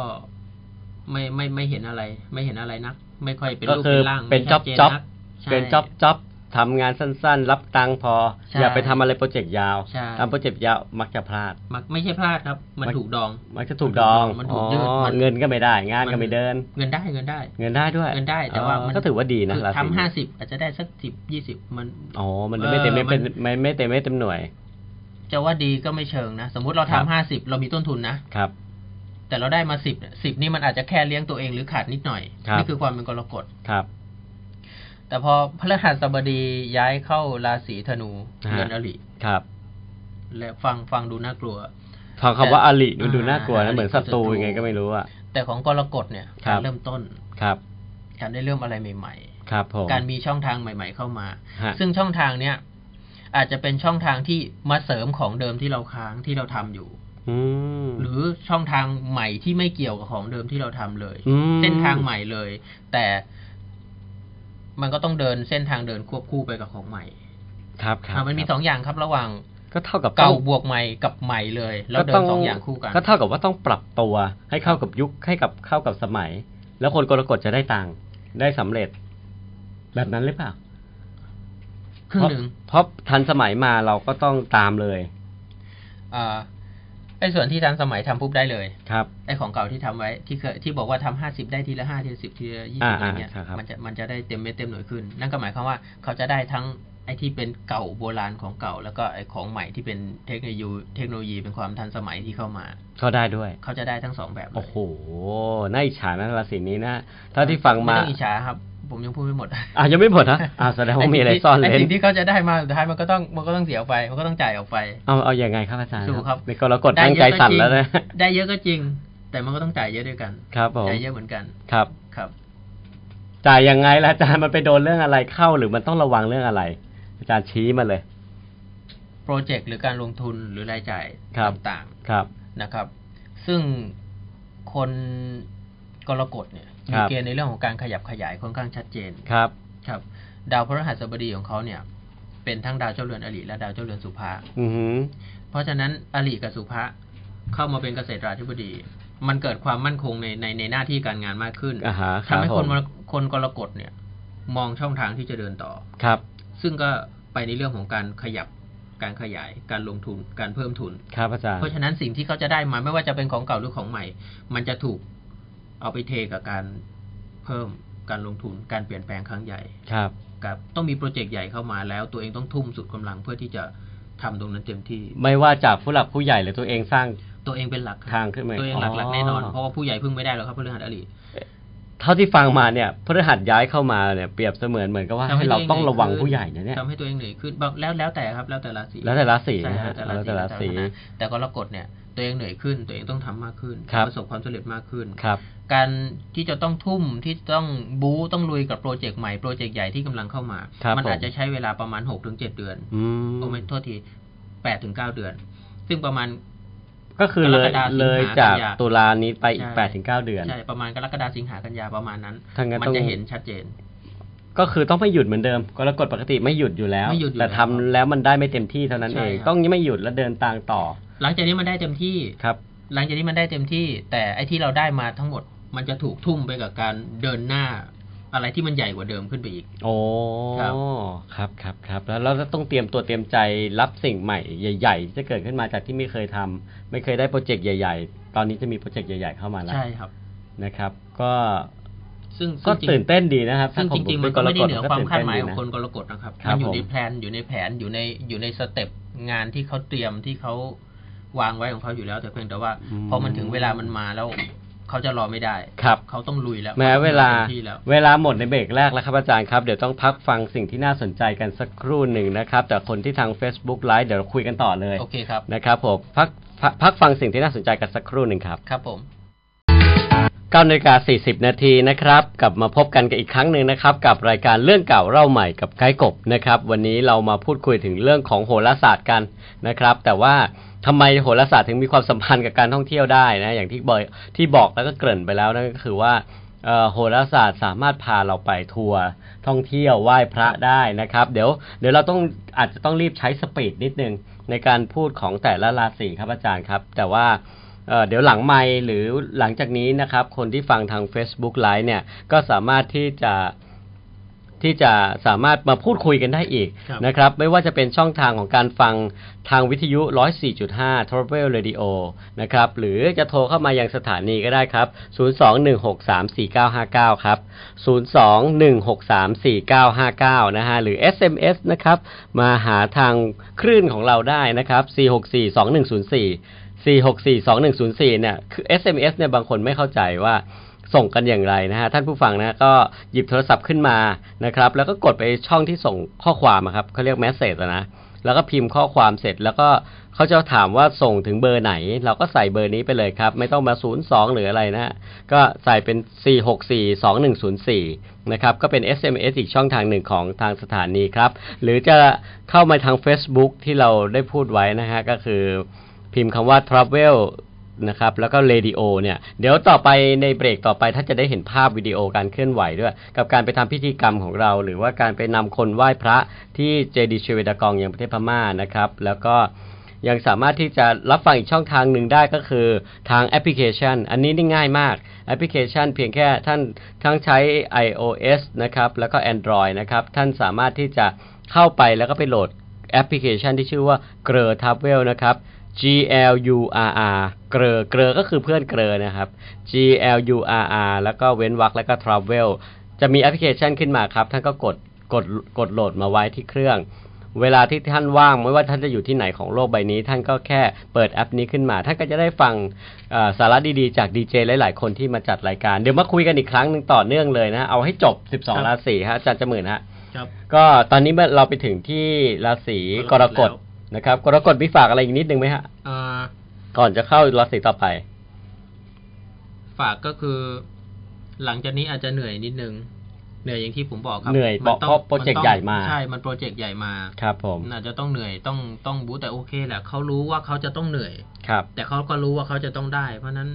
ไม่ไม่ไม่เห็นอะไร ไม่เห็นอะไรนัก ไม่ค่อยเป็น ก็ รูป คื เป็ อน ร่าง เป็น ไม่ จ็ ชั อบ จ จ็อบ กใช่ เป็นจ็อบจ็อบทำงานสั้น ๆ รับตังค์พอ ใช่ อย่าไปทำอะไรโปรเจกต์ยาว ใช่ ทำโปรเจกต์ยาวมักจะพลาด มักไม่ใช่พลาดครับ มัน มัน ถูกดอง มักจะถูกดอง มันถูกยืด อ๋อ มัน เงินก็ไม่ได้ งานก็ไม่เดิน เงินได้เงินได้ เงินได้ด้วย เงินได้แต่ว่า อ๋อ มัน ก็ถือว่าดีนะ คือ ราศี ทำห้าสิบอาจจะได้สักสิบยี่สิบมัน อ๋อ มัน เออ ไม่เต็มไม่เป็น มัน ไม่ไม่เต็มไม่เต็มหน่วย จะว่าดีก็ไม่เชิงนะ สมมุติเรา ครับ ทำห้าสิบเรามีต้นทุนนะ ครับ แต่เราได้มาสิบสิบนี่มันอาจจะแค่เลี้ยงตัวเองหรือขาดนิดหน่อย ครับ นี่คือความเป็นกรกฎ ครับ แต่พอพฤหัสบดีย้ายเข้าราศีธนู ฮะ เรือนอริ ครับ และฟังฟังดูน่ากลัว ฟังคำว่าอริดูดูน่ากลัว อ่า นะเหมือนศัตรู ศัตรู ยังไงก็ไม่รู้อ่ะ แต่ของกรกฎเนี่ย ครั กา บ รเริ่มต้น ครับ การได้เริ่มอะไรใหม่ ครับผม ๆ การมีช่องทางใหม่ ๆ เข้ามา ฮะ ซึ่งช่องทางเนี้ยอาจจะเป็นช่องทางที่มาเสริมของเดิมที่เราค้างที่เราทำอยู่ อืม หรือช่องทางใหม่ที่ไม่เกี่ยวกับของเดิมที่เราทำเลย ม เส้นทางใหม่เลย แต่มันก็ต้องเดินเส้นทางเดินควบคู่ไปกับของใหม่ ครับครับ อ่ะมันคมีรับ สองอย่างครับระหว่าง ก็เท่ากับต้เก่าอง บวกใหม่กับใหม่เลย แล้วเดินสองอย่างคู่กัน ก็เท่ากับว่าต้องปรับตัวให้เข้ากับยุคให้กับเข้ากับสมัย แล้วคนกรกฎจะได้ตังค์ได้สำเร็จ แบบนั้นหรือเปล่า ครึ่งหนึ่ง เพราะเพราะทันสมัยมาเราก็ต้องตามเลย เอ่อไอ้ส่วนที่ทันสมัยทำปุ๊บได้เลย ครับ ไอ้ของเก่าที่ทำไว้ที่เคยที่บอกว่าทำห้าสิบได้ทีละห้าทีละสิบทีละยี่สิบ อ่า อะไรเงี้ย อ่าครับ มันจะมันจะได้เต็มเม็ดเต็มหน่วยขึ้น นั่นก็หมายความว่าเขาจะได้ทั้งไอ้ที่เป็นเก่าโบราณของเก่า แล้วก็ไอ้ของใหม่ที่เป็นเทคโนโลยีเทคโนโลยีเป็นความทันสมัยที่เข้ามา ก็ได้ด้วย เขาจะได้ทั้งสองแบบเลย โอ้โหน่าอิจฉานะราศีนี้นะเท่าที่ฟังมา ไต้องอิจฉาครับ ผมยังพูดไม่หมด อ่ะยังไม่หมดนะอ่ะแสดงว่ามีอะไรซ่อน ไอ้ เล้น สิ่งที่เขาจะได้มาสุดท้ายมันก็ต้องมันก็ต้องเสียออกไปมันก็ต้องจ่ายออกไป เอาเอาอย่างไงครับอาจารย์ สู้ครับ ในกรกฎตั้งใจสั่นแล้วนะ ได้เยอะก็จริง แต่มันก็ต้องจ่ายเยอะด้วยกัน ครับผม จ่ายเยอะเหมือนกัน ครับ ครับ จ่ายยังไงล่ะอาจารย์มันไปโดนเรื่องอะไรเข้าหรือมันต้องระวังเรื่องอะไร อาจารย์ชี้มาเลย โปรเจกต์หรือการลงทุนหรือรายจ่าย ครับ ต่าง ครับ ๆนะครับ ซึ่งคนกรกฎเนี่ย ค มี รับ เกณฑ์ในเรื่องของการขยับขยายค่อนข้างชัดเจน ครับ ครับ ดาวพฤหัสบดีของเขาเนี่ย เป็นทั้งดาวเจ้าเรือนอริและดาวเจ้าเรือนสุภา อือหือ เพราะฉะนั้นอริกับสุภาเข้ามาเป็นเกษตราธิบดี มันเกิดความมั่นคงในในในหน้าที่การงานมากขึ้น อ่าฮะค ทำ รับ ให้คน ผม มรคนกรกฎเนี่ย มองช่องทางที่จะเดินต่อ ครับ ซึ่งก็ไปในเรื่องของการขยับ การขยาย การลงทุน การเพิ่มทุน ครับอาจารย์ เพราะฉะนั้นสิ่งที่เขาจะได้มาไม่ว่าจะเป็นของเก่าหรือของใหม่ มันจะถูกเอาไปเทกับการเพิ่ม การลงทุน การเปลี่ยนแปลงครั้งใหญ่ ครับ กับต้องมีโปรเจกต์ใหญ่เข้ามาแล้ว ตัวเองต้องทุ่มสุดกำลังเพื่อที่จะทำตรงนั้นเต็มที่ ไม่ว่าจากผู้หลักผู้ใหญ่หรือตัวเองสร้าง ตัวเองเป็นหลัก ทางขึ้นมา ตัวเองหลักหลักแน่นอน อ๋อ เพราะว่าผู้ใหญ่พึ่งไม่ได้หรอกครับพฤหัสอริ เท่าที่ฟังมาเนี่ยพฤหัสย้ายเข้ามาเนี่ยเปรียบเสมือนเหมือนกับว่า ทำ ให้เรา ตัว ต้องระวัง หอยขึ้ ผู้ใหญ่นะเนี่ย ทำให้ตัวเองเหนื่อยขึ้นบางแล้วแล้วแต่ครับ แล้วแต่ราศี แล้วแต่ละสี ใช่ นะ ครั ฮะ บแต่ละ แล้ว สี แต่ละสี แต่ละสีแต่กรกฎเนี่ย ตัวเองเหนื่อยขึ้น ตัวเองต้องทำมากขึ้น ครับ ประสบความสำเร็จมากขึ้น ครับ การที่จะต้องทุ่มที่ต้องบู๊ต้องลุยกับโปรเจกต์ใหม่โปรเจกต์ใหญ่ที่กำลังเข้ามา ครับ มัอาจ ผม จะใช้เวลาประมาณหกถึงเจ็ดเดือน อืม โอ้ไม่โทษทีแปดถึงเก้าเดือน ซึ่งประมาณ ก็คือเลย กรกฎาคม เลย สิงหา จาก กันยา ตุลานี้ไปอีก ใช่ แปดถึงเก้าเดือน ใช่ประมาณกรกฎาสิงหากันยาประมาณนั้น ถ้างั้น มั ต้อง จะเห็นชัดเจน ก็คือต้องไม่หยุดเหมือนเดิมกรกฎปกติไม่หยุดอยู่แล้ว ไม่หยุดอยู่ แต่ แล้ว ทำแล้วมันได้ไม่เต็มที่เท่านั้น ใช่ เอง ครับ ต้องไม่หยุดแล้วเดินตางต่อ หลังจากนี้มันได้เต็มที่ ครับ หลังจากนี้มันได้เต็มที่ แต่ไอ้ที่เราได้มาทั้งหมด มันจะถูกทุ่มไปกับการเดินหน้า อะไรที่มันใหญ่กว่าเดิมขึ้นไปอีก โอ้ ครับ ครับครับครับแล้วเราจะต้องเตรียมตัวเตรียมใจรับสิ่งใหม่ใหญ่ๆที่จะเกิดขึ้นมาจากที่ไม่เคยทำไม่เคยได้โปรเจกต์ใหญ่ ๆ ตอนนี้จะมีโปรเจกต์ใหญ่ ๆเข้ามาแล้ว ใช่ครับ นะครับก็ ซึ่ง ก็ ซึ่งจริง ตื่นเต้นดีนะครับ ซึ่ง ถ้าขอ จริงผๆมันก็ไม่ได้เหนือ ป็ ความ กรกฎ คาดหมาย ก็ ของค ตื่เต้นดีะ กรกฎนะครับ ครับ มันอยู่ ผม ในแพลนอยู่ในแผนอยู่ในอยู่ในสเต็ปงานที่เขาเตรียมที่เขาวางไว้ของเขาอยู่แล้ว แต่เพียงแต่ว่าพอมันถึงเวลามันมาแล้วเขาจะรอไม่ได้ ครับ เขาต้องลุยแล้ว แม้เวลา ต็มที่แล้ว เวลาหมดในเบรกแรกแล้วครับอาจารย์ครับ เดี๋ยวต้องพักฟังสิ่งที่น่าสนใจกันสักครู่หนึ่งนะครับ แต่คนที่ทาง Facebook Live เดี๋ยวเราคุยกันต่อเลย โอเคครับ นะครับผมพักพักพักฟังสิ่งที่น่าสนใจกันสักครู่หนึ่งครับ ครับผม 9นาฬิกา40 นาทีนะครับกลับมาพบกันกันอีกครั้งหนึ่งนะครับ กับรายการเรื่องเก่าเล่าใหม่กับไกด์กบนะครับ วันนี้เรามาพูดคุยถึงเรื่องของโหราศาสตร์กันนะครับ แต่ว่าทำไมโหราศาสตร์ถึงมีความสัมพันธ์กับการท่องเที่ยวได้นะอย่างที่บอยที่บอกแล้วก็เกริ่นไปแล้วนั่นก็คือว่าเอ่อโหราศาสตร์สามารถพาเราไปทัวร์ท่องเที่ยวไหว้พระได้นะครับ เดี๋ยวเดี๋ยวเราต้องอาจจะต้องรีบใช้สปีดนิดนึงในการพูดของแต่ละราศีครับอาจารย์ครับ แต่ว่า เอ่อเดี๋ยวหลังไมค์หรือหลังจากนี้นะครับ คนที่ฟังทาง Facebook Live เนี่ย ก็สามารถที่จะที่จะสามารถมาพูดคุยกันได้อีก ครับ นะครับ ไม่ว่าจะเป็นช่องทางของการฟังทางวิทยุ 104.5 Travel Radio นะครับ หรือจะโทรเข้ามายังสถานีก็ได้ครับ 021634959 ครับ 021634959 นะฮะ หรือ SMS นะครับ มาหาทางคลื่นของเราได้นะครับ 4642104 4642104 เนี่ยคือ SMS เนี่ยบางคนไม่เข้าใจว่าส่งกันอย่างไรนะฮะ ท่านผู้ฟังนะก็หยิบโทรศัพท์ขึ้นมานะครับ แล้วก็กดไปช่องที่ส่งข้อความอะครับเขาเรียกแมสเซจนะ แล้วก็พิมพ์ข้อความเสร็จแล้วก็เขาจะถามว่าส่งถึงเบอร์ไหน เราก็ใส่เบอร์นี้ไปเลยครับ ไม่ต้องมา 02 หรืออะไรนะฮะก็ใส่เป็น 4642104 นะครับ ก็เป็น SMS อีกช่องทางหนึ่งของทางสถานีครับ หรือจะเข้ามาทาง Facebook ที่เราได้พูดไว้นะฮะก็คือ พิมพ์คำว่า travel นะครับ แล้วก็ radio เนี่ย เดี๋ยวต่อไปในเบรกต่อไปถ้านจะได้เห็นภาพวิดีโอการเคลื่อนไหวด้วย กับการไปทำพิธีกรรมของเรา หรือว่าการไปนำคนไหว้พระที่เจดีย์เชเวดากองยังประเทศพม่านะครับ แล้วก็ยังสามารถที่จะรับฟังอีกช่องทางหนึ่งได้ก็คือทางแอปพลิเคชัน อันนี้นี่ง่ายมาก แอปพลิเคชันเพียงแค่ท่านทั้งใช้ iOS นะครับ แล้วก็ Android นะครับ ท่านสามารถที่จะเข้าไปแล้วก็ไปโหลด แอปพลิเคชันที่ชื่อว่าเกรอทับเวลนะครับ G L U R R เกรอเกรอก็คือเพื่อนเกรอนะครับ G L U R R แล้วก็เว้นวรรคแล้วก็ Travel จะมีแอปพลิเคชันขึ้นมาครับ ท่านก็กดกดกดโหลดมาไว้ที่เครื่อง เวลาที่ท่านว่างไม่ว่าท่านจะอยู่ที่ไหนของโลกใบนี้ ท่านก็แค่เปิดแอปนี้ขึ้นมา ท่านก็จะได้ฟังเอ่อสาระดีๆจากดีเจหลายๆ คนที่มาจัดรายการ เดี๋ยวมาคุยกันอีกครั้งหนึ่งต่อเนื่องเลยนะ เอาให้จบ ครับ 12 ราศีฮะอาจารย์จมื่นฮะ ครับ ก็ตอนนี้เมื่อเราไปถึงที่ราศีก ก ร ร ก ก ฎ ฎ นะครับ กรกฎมีฝากอะไรอีกนิดนึงไหมฮะ เอ่อ ก่อนจะเข้าราศีต่อไป ฝากก็คือ หลังจากนี้อาจจะเหนื่อยนิดนึงเหนื่อยอย่างที่ผมบอกครับ เหนื่อยเพราะ มัต้อง เพราะโปรเจกต์ นต้อ ใหญ่มา ใช่ มันโปรเจกต์ใหญ่มา ครับผม อาจจะต้องเหนื่อยต้องต้องบู๊แต่โอเคแหละเขารู้ว่าเขาจะต้องเหนื่อย ครับ แต่เขาก็รู้ว่าเขาจะต้องได้ เพราะฉะนั้น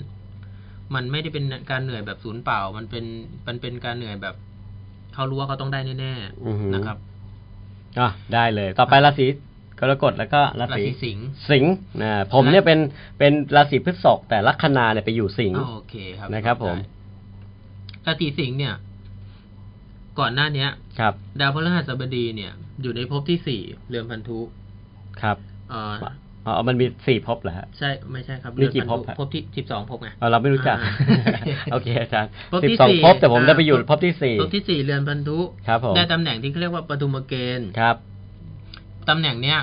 มันไม่ได้เป็นการเหนื่อยแบบศูนย์เปล่า มันเป็นมันเป็นการเหนื่อยแบบเขารู้ว่าเขาต้องได้แน่ อือหือ ๆนะครับ อ่ะได้เลย ต่อไปราศีกรกฎแล้วก็ราศี ศีสิงห์ สิงห์นะผมเนี่ยเป็นเป็นราศีพฤษภแต่ลัคนาเนี่ยไปอยู่สิงห์ อ๋อโอเคครับ นะครับผม ได้ราศีสิงห์เนี่ย ก่อนหน้าเนี้ย ครับ ดาวพฤหัสบดีเนี่ย อยู่ในภพที่สี่เรือนพันธุ ครับ เอ่อ อ๋อมันมีสี่ภพเหรอฮะ ใช่ไม่ใช่ครับ นี่กี่ภพฮะ ภพที่สิบสองภพไง อ๋อเราไม่รู้จัก อ่า โอเคอาจารย์ ภพ สิบ ที่ สอง สี่ ภพแต่ผมได้ไปอยู่ อ่า ภพที่สี่ ภพที่สี่เรือนพันธุ ครับผม ได้ตำแหน่งที่เขาเรียกว่าปฐุมเกณฑ์ ครับ ตำแหน่งเนี้ย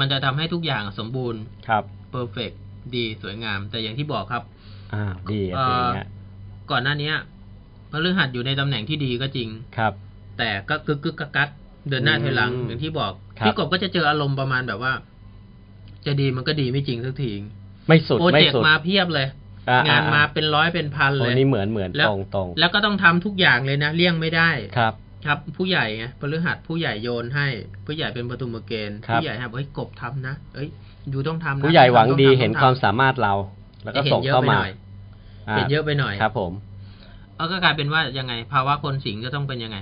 มันจะทำให้ทุกอย่างสมบูรณ์ ครับ เพอร์เฟกดีสวยงาม แต่อย่างที่บอกครับ อ่าดีอะดีอย่างเงี้ย ก่อนหน้าเนี้ยพฤหัสอยู่ในตำแหน่งที่ดีก็จริง ครับ แต่ก็กึกกึกกักกักเดินหน้าถอยหลัง อืม อย่างที่บอก ครับ พี่กบก็จะเจออารมณ์ประมาณแบบว่า จะดีมันก็ดีไม่จริงสักที ไม่สุด โปร ไม่ เจก สุด ต์มาเพียบเลย อ่ะ งาน อ่ะ มา อ่ะ เป็นร้อยเป็นพันเล โอ้ ย นี่เหมือนเหมือน แล้ ต ว รงตรง แล้วก็ต้องทำทุกอย่างเลยนะเลี่ยงไม่ได้ ครับ ครับ ผู้ใหญ่ไงพฤหัสผู้ใหญ่โยนให้ ผู้ใหญ่เป็นประตูมาเกณฑ์ ครับ ผู้ใหญ่ครับเอ้ยกบทำนะเอ้ยอยู่ต้องทำนะ ผู้ใหญ่หวังดี ต้องทำ เห็น ต้องทำ ความสามารถเรา แล้วก็ ห็น ส่ง ยอะ เข้า ไป มา หน่อยเห็นเยอะไปหน่อย ครับผม เอาก็กลายเป็นว่ายังไง ภาวะคนสิงห์จะต้องเป็นยังไง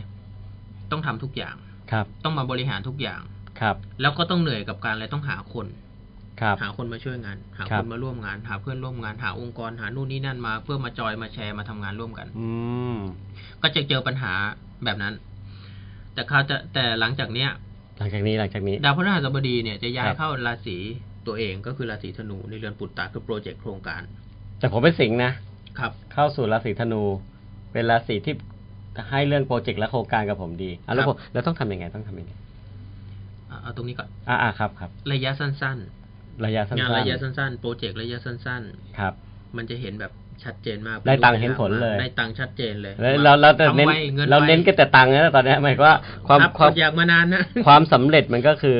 ต้องทำทุกอย่าง ครับ ต้องมาบริหารทุกอย่าง ครับ แล้วก็ต้องเหนื่อยกับการอะไรต้องหาคน ครับ หาคนมาช่วยงาน หา ครั ค บ นมาร่วมงาน หาเพื่อนร่วมงานหาองค์กรหานู่นนี่นั่นมา เพื่อมาจอยมาแชร์มาทำงานร่วมกัน อืม ก็จะเจอปัญหาแบบนั้น แต่เขาวจะแต่หลังจากเนี้ย หลังจากนี้หลังจากนี้ ดาวพฤหัสบดีเนี่ยจะย้า ค ย รับ เข้าราศีตัวเองก็คือราศีธนูในเรือนปุตตะคือโปรเจกต์โครงการ แต่ผมเป็นสิงห์นะ ครับ เข้าสู่ราศีธนู เป็นราศีที่ ให้เรื่องโปรเจกต์และโครงการกับผมดีอ่ะแล้ว ครับ ผมแล้วต้องทำยังไงต้องทำยังไง อ่ะเอาตรงนี้ก่อน อ่าอ่าครับครับ ระยะสั้น ระยะสั้ ๆ น งานระยะ ๆ สั้นๆ โปรเจกต์ระยะสั้น ครับ ๆ มันจะเห็นแบบชัดเจนมาก ได้ตังค์เห็นผลเลย ได้ตังค์ชัดเจนเลย แล้วเราเราจะเน้น ทำไวงิ เราเน้น ไว กันแต่ตังค์นะตอนเนี้ยหมายความว่าความ รับ ความ อยากมานานนะ ความสำเร็จมันก็คือ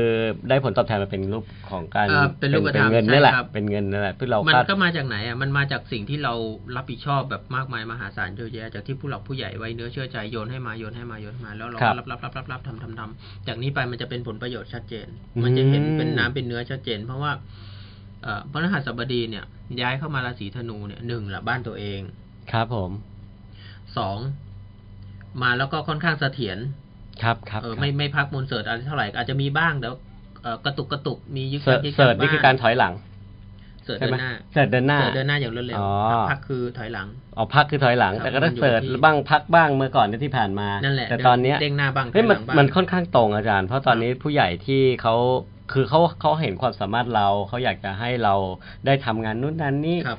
ได้ผลตอบแทนมาเป็นรูปของการ เอ่อเป็นรูปธรรม เงินนี่แหละ ใช่ครับ เป็นเงินนั่นแหละที่เรา มัน คาด ก็มาจากไหนอ่ะ มันมาจากสิ่งที่เรารับผิดชอบแบบมากมายมหาศาลเยอะแยะจากที่ผู้หลักผู้ใหญ่ไว้เนื้อเชื่อใจโยนให้มาโยนให้มาโยนให้มาแล้วเราก็รับรับรับรับรับทำทำทำจากนี้ไปมันจะเป็นผลประโยชน์ชัดเจน มันจะเห็นเป็นน้ำเป็นเนื้อชัดเจน เพราะว่าเอ่อพระรหัสบดีเนี่ย ย้ายเข้ามาราศีธนูเนี่ยหนึ่งละบ้านตัวเอง ครับผม สองมาแล้วก็ค่อนข้างเสถียร ครับครับ เอคอรับ ไม่ไม่พักมนเสิร์ตอะไรเท่าไหร่อาจจะมีบ้างแต่ว่าเอ่อกระตุกกระตุกมียึก เสิร์ช ยักยึกยัก เสิร์ชนี่ บ้ง คือการถอยหลัง เสิร์ช ใช่ไหเดิม นหน้า เสิร์ชเดินหน้า เสิร์ชเดินหน้าอย่างรวดเร็ว อ๋อ ครับพักคือถอยหลัง เอาพักคือถอยหลัง ครับ แต่ก็ต้อง มันอยู่ เสิร์ช ที่ บ้างพักบ้างเมื่อก่อนเนี่ยที่ผ่านมา นั่นแหละ แต่ตอนเนี้ย เด้งหน้าบ้าง เฮ้ยมัน ถอหลังบ้าง มันค่อนข้างตรงอาจารย์ เพราะตอนนี้ผู้ใหญ่ที่เขาคือเขาเขาเห็นความสามารถเราเขาอยากจะให้เราได้ทำงานนู้นนั้นนี่ ครับ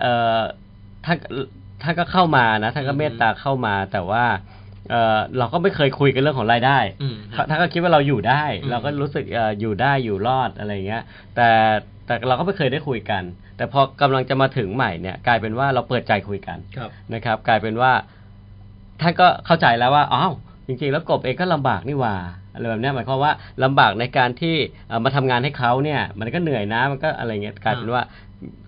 เอ่อท่านท่านก็เข้ามานะท่านก็ อืม เมตตาเข้ามา แต่ว่าเอ่อเราก็ไม่เคยคุยกันเรื่องของรายได้ อืมครับ ท่านก็คิดว่าเราอยู่ได้ อืม เราก็รู้สึกเอ่ออยู่ได้อยู่รอดอะไรเงี้ย แต่แต่เราก็ไม่เคยได้คุยกัน แต่พอกำลังจะมาถึงใหม่เนี่ย กลายเป็นว่าเราเปิดใจคุยกัน ครับ นะครับ กลายเป็นว่าท่านก็เข้าใจแล้วว่าอ้าวจริงๆ แล้วกบเองก็ลำบากนี่หว่าอะไรแบบเนี้ยหมายความว่าลำบากในการที่เอ่อมาทำงานให้เขาเนี่ย มันก็เหนื่อยนะมันก็อะไรเงี้ยกลายเป็นว่า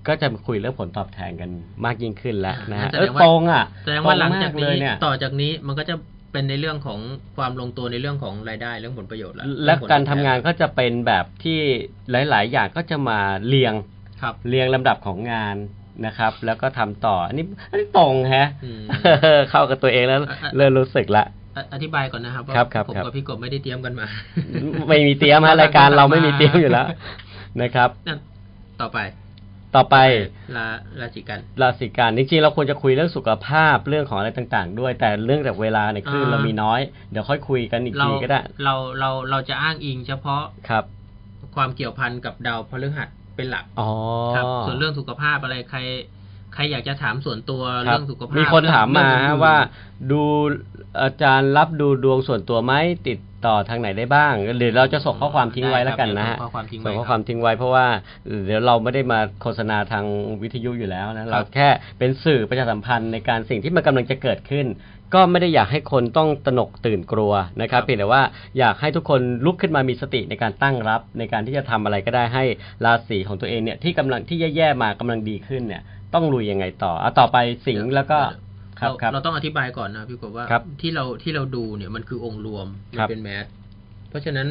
ก็จะคุยเรื่องผลตอบแทนกันมากยิ่งขึ้นแล้วนะฮะ แส เอ ด อง ว่า ตรงอ่ะ แสดงว่า ตร หลังจาก ม นี้ เลยเนี่ย ต่อจากนี้มันก็จะเป็นในเรื่องของความลงตัวในเรื่องของรายได้เรื่องผลประโยชน์แล้ว และการทำงาน เอผลตอบแ ก็จะเป็นแบบที่หลาย ๆ อย่างก็จะมาเรียง ทนครับ เรียงลำดับของงานนะครับ แล้วก็ทำต่อ อันนี้อันนี้ตรงแฮะ อืม เข้ากับตัวเองแล้ว อ่ะอ่ะ เริ่มรู้สึกละ อ่ะอธิบายก่อนนะครับว่า ครับครับ ผม ครับ กับพี่กบไม่ได้เตรียมกันมา ไม่มีเตรียมฮะรายการเราไม่มีเตรียมอยู่แล้วนะครับ นั่นต่อไป ต่อไป ราราศีกัน ราศีกันจริงๆเราควรจะคุยเรื่องสุขภาพเรื่องของอะไรต่าง ๆ ด้วย แต่เรื่องจากเวลาในคลื่น อ่า เรามีน้อยเดี๋ยวค่อยคุยกันอีก เรา ทีก็ได้ เราเราเราจะอ้างอิงเฉพาะ ครับ ความเกี่ยวพันกับดาวพฤหัสเป็นหลัก อ๋อ ครับส่วนเรื่องสุขภาพอะไรใคร ใครอยากจะถามส่วนตัว ครับ เรื่องสุขภาพ มีคนถามมา เรื่องอื่น ว่าดูอาจารย์รับดูดวงส่วนตัวไหมติดต่อทางไหนได้บ้างหรือเราจะส่งข้อความทิ้งไว้แล้วกันนะฮะ ได้ครับเดี๋ยวส่งส่งข้อความทิ้งไว้ข้อความทิ้งไว้เพราะว่าเดี๋ยวเราไม่ได้มาโฆษณาทางวิทยุอยู่แล้วนะเราแค่เป็นสื่อประชาสัมพันธ์ในการสิ่งที่มันกำลังจะเกิดขึ้น ก็ไม่ได้อยากให้คนต้องตระหนกตื่นกลัวนะครับ ครับ เพียงแต่ว่าอยากให้ทุกคนลุกขึ้นมามีสติในการตั้งรับ ในการที่จะทำอะไรก็ได้ให้ราศีของตัวเองเนี่ยที่กำลังที่แย่ๆมากำลังดีขึ้นเนี่ย ต้องลุยยังไงต่อเอาต่อไปสิงห์แล้วก็ครับ เรา ครับ เราต้องอธิบายก่อนนะพี่กบว่า ครับ ที่เราที่เราดูเนี่ยมันคือองค์รวมมั ครับ เป็นแมสเพราะฉะนั้น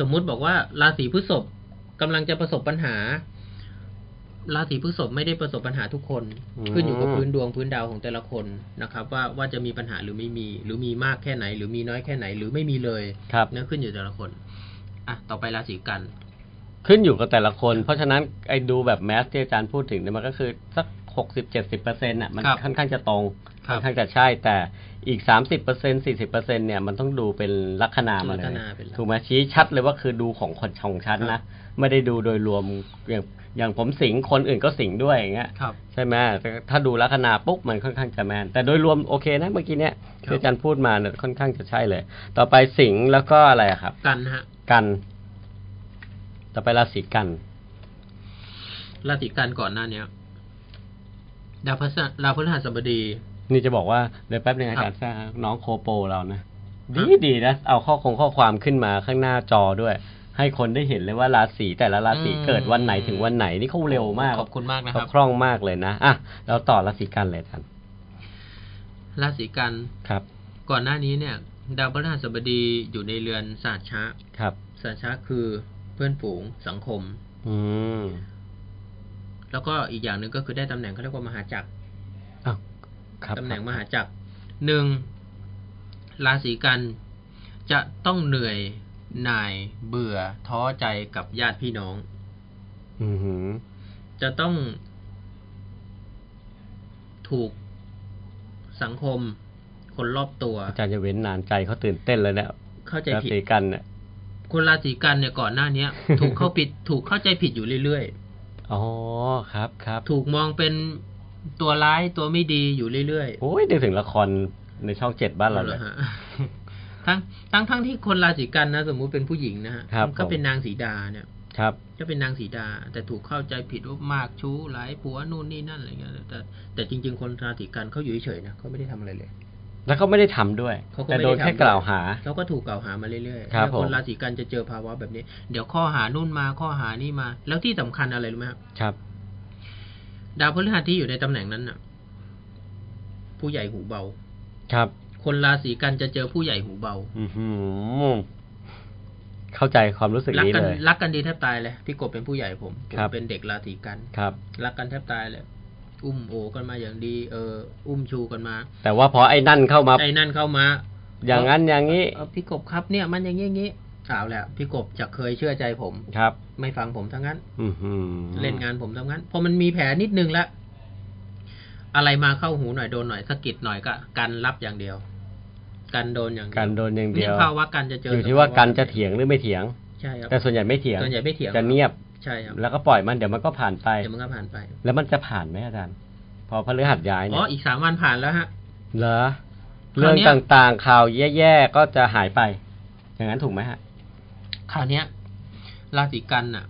สมมุติบอกว่าราศีพฤษภกำลังจะประสบปัญหา ราศีพฤษภไม่ได้ประสบปัญหาทุกคน ขึ้นอยู่กับพื้นดวงพื้นดาวของแต่ละคนนะครับ ว่าว่าจะมีปัญหาหรือไม่มี หรือมีมากแค่ไหน หรือมีน้อยแค่ไหน หรือไม่มีเลย ครับ เนี่ยขึ้นอยู่แต่ละคนอ่ะต่อไปราศีกัน ขึ้นอยู่กับแต่ละคน เพราะฉะนั้นไอ้ดูแบบแมสที่อาจารย์พูดถึงเนี่ยมันก็คือสักหกสิบเจ็ดสิบเปอร์เซ็นต์อ่ะมัน ครับ ค่อนข้างจะตรง ครับ ค่อนข้างจะใช่แต่อีกสามสิบเปอร์เซ็นสี่สิบเปอร์เซ็นเนี่ยมันต้องดูเป็นลัคนามา ลั เล ค ย นาเป็นหลัก ถูกไหมชี้ชัดเลยว่าคือดูของคนชองชั้น ครั นะ บ ไม่ได้ดูโดยรวมอย่างอย่างผมสิงห์คนอื่นก็สิงห์ด้วยอย่างเงี้ย ครับ ใช่ไหมแต่ถ้าดูลักษณะปุ๊บมันค่อนข้างจะแมน แต่โดยรวมโอเคนะเมื่อกี้เนี้ย ครับ ที่อาจารย์พูดมาเนี่ยค่อนข้างจะใช่เลย ต่อไปสิงห์แล้วก็อะไรอะครับ กันฮะ กัน ต่อไปราศีกัน ราศีกันก่อนหน้าเนี้ยดาวพฤหัสดาวพฤหัสบดี นี่จะบอกว่าเดี๋ยวแป๊บนึงอา ครัจาบรย์ซ่าน้องโคโปเรานะ ดีดีนะ เอาข้อคงข้อความขึ้นมาข้างหน้าจอด้วย ให้คนได้เห็นเลยว่าราศีแต่ละราศี อืม เกิดวันไหนถึงวันไหนนี่เขาเร็วมาก ขอบคุณมากนะค เขา รับ คล่องมากเลยนะอ่ะเราต่อราศีกันเลยอาจารย์ ราศีกัน ครับ ก่อนหน้านี้เนี่ย ดาวพฤหัสบดีอยู่ในเรือนศาสตร์ชะ ครับ ศาสตร์ชะคือเพื่อนฝูงสังคม อืม แล้วก็อีกอย่างหนึ่งก็คือได้ตำแหน่งเขาเรียกว่ามหาจักร อ้าวครับ ตำแหน่งมหาจักรหนึ่งราศีกันจะต้องเหนื่อยหน่ายเบื่อท้อใจกับญาติพี่น้อง อือหือ จะต้องถูกสังคมคนรอบตัว อาจารย์จะเว้นนานใจเขาตื่นเต้นเลยเนี่ย เข้าใจ รา ผิด ศีกันเนี่ย คนราศีกันเนี่ยก่อนหน้าเนี้ย ถูกเข้าผิดถูกเข้าใจผิดอยู่เรื่อย อ๋อครับครับ ๆ ถูกมองเป็นตัวร้ายตัวไม่ดีอยู่เรื่อย โอ้ยนึกถึงละคร ในช่องเจ็ดบ้านเราเลย อหอฮะ ทั้งทั้งทั้งที่คนราศีกันนะ สมมุติเป็นผู้หญิงนะฮะ ครับ มันก็ ผม เป็นนางสีดาเนี่ย ครับ ก็เป็นนางสีดา แต่ถูกเข้าใจผิดว่ามากชู้หลายผัวนู่นนี่นั่นอะไรเงี้ยแต่แต่จริง ๆ คนราศีกันเขาอยู่เฉยๆนะเขาไม่ได้ทำอะไรเลย แล้วก็ไม่ได้ทำด้วย เขาก็ แต่ ไม่ โดน ไทำ แค่กล่าวหา เขาก็ถูกกล่าวหามาเรื่อยๆ ครับ แล้ว ผม นราศีกันจะเจอภาวะแบบนี้ เดี๋ยวข้อหานู่นมาข้อหานี่มา แล้วที่สำคัญอะไรรู้ไหมครับ ครับ ดาวพฤหัสที่อยู่ในตำแหน่งนั้นน่ะ ผู้ใหญ่หูเบา ครับ คนราศีกันจะเจอผู้ใหญ่หูเบา อือหือเข้าใจความรู้สึก รั นี้ กั เลย รักกันดีแทบตายเลย พี่กบเป็นผู้ใหญ่ผมผม ครับ เป็นเด็กราศีกัน ครับ รักกันแทบตายเลย อุ้มโอกันมาอย่างดี เออ อุ้มชูกันมา แต่ว่าพอไอ้นั่นเข้ามา ไอ้นั่นเข้ามา อย่างนั้นอย่างนี้ เออพี่กบครับเนี่ยมันอย่างงี้อย่างงี้เปล่าแหละพี่กบจะเคยเชื่อใจผม ครับ ไม่ฟังผมทั้งนั้น อือหือ เล่นงานผมทั้งนั้น พอมันมีแผลนิดนึงละอะไรมาเข้าหูหน่อยโดนหน่อยสะกิดหน่อยก็กันรับอย่างเดียว กันโดนอย่างเดี กาว รโดนอย่างเดี เนี่ย ยว ภาวะกันจะเจอ อ อยู่ ที่ว่ากันจะเถียงหรือไม่เถียง ใช่ครับ แต่ส่วนใหญ่ไม่เถียง ส่วนใหญ่ไม่เถียง จะเงียบ ใช่ครับ แล้วก็ปล่อยมันเดี๋ยวมันก็ผ่านไป เดี๋ยวมันก็ผ่านไป แล้วมันจะผ่านไหมอาจารย์ พอพฤหัสย้าย อ๋ เนี่ อ ย อีกสามวันผ่านแล้วฮะ เหรอ ครา เรื่ ว อง เนี้ย ต่างๆ ข่าวแย่ๆ ก็จะหายไป อย่างนั้นถูกไหมฮะ คราวเนี้ย ราศีกันน่ะ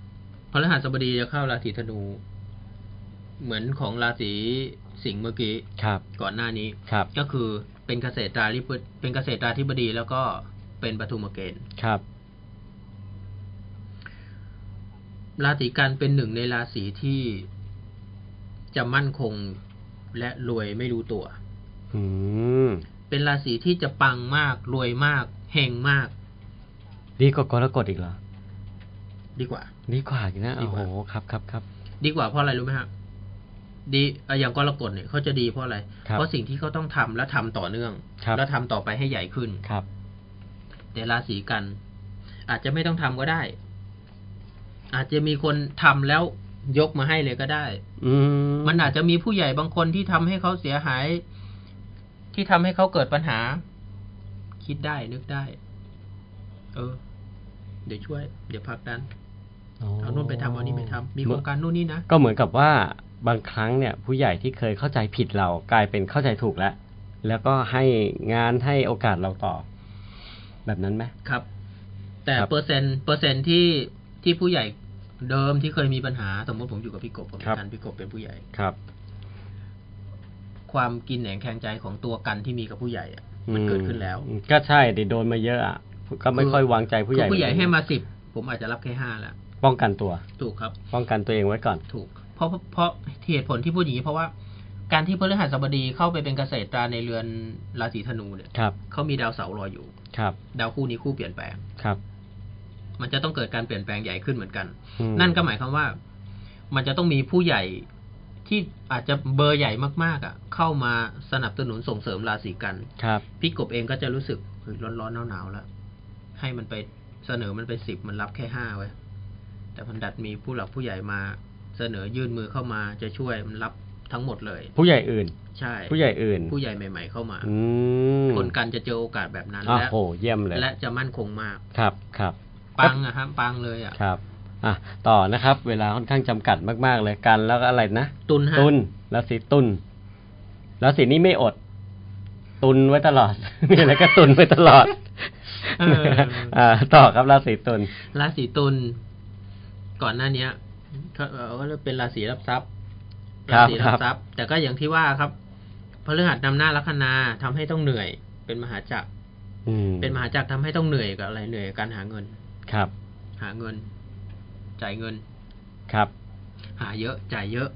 พฤหัสบดีจะเข้าราศีธนู เหมือนของราศีสิงห์เมื่อกี้ ครับ ก่อนหน้านี้ ครับ ก็คือเป็นเกษตราธิบดีเป็นเกษตราธิบดีแล้วก็เป็นปฐุมเกณฑ์ ครับ ราศีกันเป็นหนึ่งในราศีที่จะมั่นคงและรวยไม่รู้ตัว อืม เป็นราศีที่จะปังมากรวยมากเฮงมาก ดีกว่ากรกฎอีกเหรอ ดีกว่า ดีกว่าอีกนะ ดี โอ้ ก โห ว่า ครับครับครับ ดีกว่าเพราะอะไรรู้ไหมฮะดีเอ่ออย่างกรกฎเนี่ยเขาจะดีเพราะอะไร ครับ เพราะสิ่งที่เขาต้องทำและทำต่อเนื่อง ครับ และทำต่อไปให้ใหญ่ขึ้น ครับ แต่ราศีกัน อาจจะไม่ต้องทำก็ได้ อาจจะมีคนทำแล้วยกมาให้เลยก็ได้ อืม มันอาจจะมีผู้ใหญ่บางคนที่ทำให้เขาเสียหาย ที่ทำให้เขาเกิดปัญหา คิดได้นึกได้ เออ เดี๋ยวช่วย เดี๋ยวผลักดันเอานู่นไปทำเอานี่ไปทำมีโครงการนู่นนี่นะ ก็เหมือนกับว่าบางครั้งเนี่ย ผู้ใหญ่ที่เคยเข้าใจผิดเรากลายเป็นเข้าใจถูกแล้ว แล้วก็ให้งานให้โอกาสเราต่อ แบบนั้นไหม ครับ แต่ ครับ เปอร์เซ็นต์เปอร์เซ็นต์ที่ที่ผู้ใหญ่เดิมที่เคยมีปัญหา สมมติผมอยู่กับพี่กบผม ครับ กันพี่กบเป็นผู้ใหญ่ ครับ ความกินแหนงแข็งใจของตัวกันที่มีกับผู้ใหญ่อะมันเกิดขึ้นแล้ว อืมก็ใช่ดิโดนมาเยอะอ่ะก็ไม่ค่อยวางใจผู้ใหญ่ คือผู้ใหญ่ เอนกัน ให้มาสิบผมอาจจะรับแค่ห้าละ ป้องกันตัว ถูกครับ ป้องกันตัวเองไว้ก่อน ถูก เพราะเพราะเหตุผลที่พูดอย่างนี้เพราะว่าการที่พฤหัสบดีเข้าไปเป็นเกษตราในเรือนราศีธนูเนี่ย ครับ เขามีดาวเสาร์รออยู่ ครับ ดาวคู่นี้คู่เปลี่ยนแปลง ครับ มันจะต้องเกิดการเปลี่ยนแปลงใหญ่ขึ้นเหมือนกัน อืม นั่นก็หมายความว่า มันจะต้องมีผู้ใหญ่ที่อาจจะเบอร์ใหญ่มากๆ อ่ะ เข้ามาสนับสนุนส่งเสริมราศีกัน ครับ พี่กบเองก็จะรู้สึกเฮ้ยร้อนๆหนาวๆแล้วให้มันไปเสนอมันไปสิบมันรับแค่ห้าไว้ยแต่พันดัดมีผู้หลักผู้ใหญ่มา เสนอยื่นมือเข้ามาจะช่วยมันรับทั้งหมดเลย ผู้ใหญ่อื่น ใช่ ผู้ใหญ่อื่น ผู้ใหญ่ใหม่ ๆ เข้ามา อืม คนกันจะเจอโอกาสแบบนั้น อ้าว และ โหเยี่ยมเลย และจะมั่นคงมาก ครับครับ ปังอะฮะปังเลยอะ ครับอ่ะต่อนะครับ เวลาค่อนข้างจำกัดมากๆเลยกันแล้วก็อะไรนะ ตุนฮะ ตุนราศีตุนราศีนี้ไม่อด ตุนไว้ตลอด มีอะไรก็ตุนไว้ตลอด เออ อ่าต่อครับราศีตุล ราศีตุลก่อนหน้าเนี้ยเขาเอ่อก็เป็นราศีรับทรัพย์ราศีรับทรัพย์ แต่ก็อย่างที่ว่าครับพฤหัสนำหน้าลัคนาทำให้ต้องเหนื่อย เป็นมหาจักร อืม เป็นมหาจักรทำให้ต้องเหนื่อยกับอะไรเหนื่อยกับการหาเงิน ครับ หาเงิน จ่ายเงิน ครับ หาเยอะ จ่ายเยอะ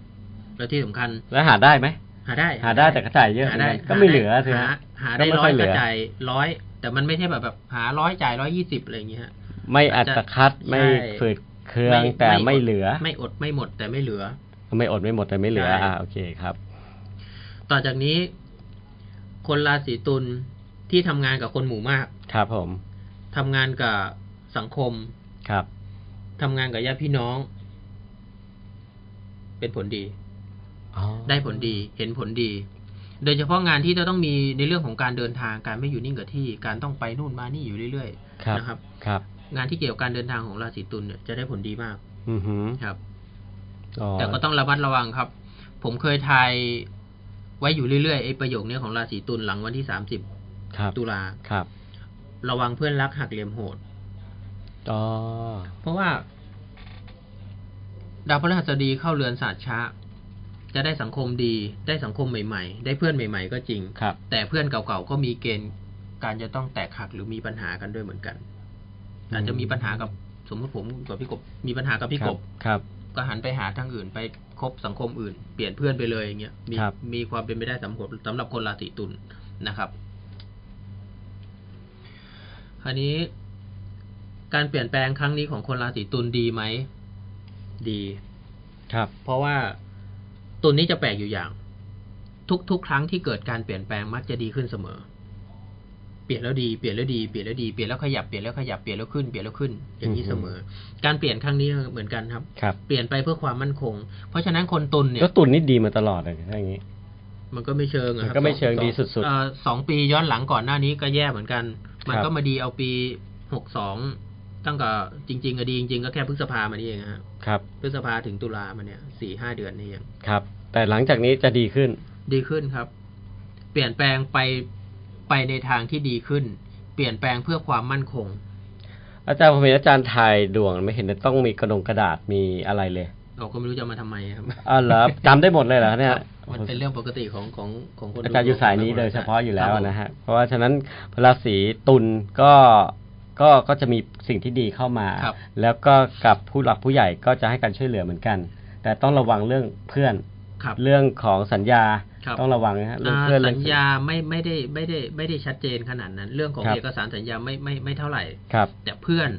แล้วที่สำคัญ แล้วหาได้ไหม หาได้ หาได้แต่ก็จ่ายเยอะ หาได้ ก็ไม่เหลือสิ หา ฮะ หาได้ ก็ไม่ค่ร้อ อย ยเหลื ก็ อ จ่ายร้อยแต่มันไม่ใช่แบบแบบหาร้อยจ่ายร้อยยี่สิบอะไรอย่างเงี้ยฮะ ไม่อัตคัดไม่ ใช่ ฝืดเคืองแต่ไม่เหลือ ไม่อดไม่หมด แต่ไม่เหลือ ไม่อดไม่หมดแต่ไม่เหลือ ใช่ อ่าโอเคครับ ต่อจากนี้ คนราศีตุลที่ทำงานกับคนหมู่มาก ครับผม ทำงานกับสังคม ครับ ทำงานกับญาติพี่น้อง เป็นผลดี อ๋อ ได้ผลดี เห็นผลดี โดยเฉพาะงานที่จะต้องมีในเรื่องของการเดินทางการไม่อยู่นิ่งกับที่ การต้องไปนู่นมานี่อยู่เรื่อย ครับ นะครับ ครับ ๆ งานที่เกี่ยวกับการเดินทางของราศีตุลเนี่ยจะได้ผลดีมาก อือหือ ครับ อ๋อ แต่ก็ต้องระมัดระวังครับ ผมเคยทาย ไว้อยู่เรื่อยๆไอ้ประโยคเนี้ยของราศีตุลหลังวันที่สามสิบ ครับ ตุลา ครับ ระวังเพื่อนรักหักเหลี่ยมโหด อ๋อ เพราะว่า ดาวพฤหัสบดีเข้าเรือนศาสตร์ช้า จะได้สังคมดีได้สังคมใหม่ๆ ได้เพื่อนใหม่ ๆ ก็จริง ครับ แต่เพื่อนเก่าๆก็มีเกณฑ์การจะต้องแตกหักหรือมีปัญหากันด้วยเหมือนกัน อืม อาจจะมีปัญหากับสมมติผมกับพี่กบมีปัญหากับพี่กบ ครับ ก็หันไปหาทางอื่นไปคบสังคมอื่น เปลี่ยนเพื่อนไปเลยอย่างเงี้ยมี ครับ มีความเป็นไปได้สำหรับสำหรับคนราศีตุลนะครับ คราวนี้ การเปลี่ยนแปลงครั้งนี้ของคนราศีตุลดีไหมดี ครับ เพราะว่าตุลนี้จะแปลกอยู่อย่าง ทุกๆ ครั้งที่เกิดการเปลี่ยนแปลงมักจะดีขึ้นเสมอ เปลี่ยนแล้วดีเปลี่ยนแล้วดีเปลี่ยนแล้วดีเปลี่ยนแล้วขยับเปลี่ยนแล้วขยับเปลี่ยนแล้วขึ้นเปลี่ยนแล้วขึ้นอย่างนี้เสมอ การเปลี่ยนครั้งนี้เหมือนกันครับ ครับ เปลี่ยนไปเพื่อความมั่นคง เพราะฉะนั้นคนตุลเนี่ย ก็ตุนนี่ดีมาตลอดเลยถ้าอย่างนี้ มันก็ไม่เชิงอะครัมับนก็ไม่เชิง สอ ดีสุดๆ เอ่อสองปีย้อนหลังก่อนหน้านี้ก็แย่เหมือนกัน มัน ครับ ก็มาดีเอาปีหกสองตั้งแต่จริงๆอะดีจริงๆก็แค่พฤษภามานี่เองฮะ ครับ พฤษภาถึงตุลามาเนี่ยสี่ห้าเดือนนี่เอง ครับ แต่หลังจากนี้จะดีขึ้น ดีขึ้นครับ เปลี่ยนแปลงไปไปในทางที่ดีขึ้น เปลี่ยนแปลงเพื่อความมั่นคง อาจารย์ผมเห็นอาจารย์ทายดวงไม่เห็นต้องมีกระดงกระดาษมีอะไรเลย เราก็ไม่รู้จะเอามาทำไมครับ อ๋อเหรอจำได้หมดเลยเหรอเนี่ย มันเป็นเรื่องปกติของของของคน อาจารย์อยู่สายนี้โดยเฉพาะอยู่แล้ว ครับผม นะฮะ เพราะว่าฉะนั้นราศีตุลก็ก็ก็จะมีสิ่งที่ดีเข้ามา ครับ แล้วก็กับผู้หลักผู้ใหญ่ก็จะให้การช่วยเหลือเหมือนกัน แต่ต้องระวังเรื่องเพื่อน ครับ เรื่องของสัญญา ครับ ต้องระวังนะฮะเรื่อง อ่า เพื่อน สั เรื่อ ญ ง ญาไม่ไม่ได้ไม่ได้ไม่ได้ชัดเจนขนาดนั้น เรื่องของเอกสารสัญญาไม่ไม่ไม่เท่าไหร่ ครับ แต่เพื่อน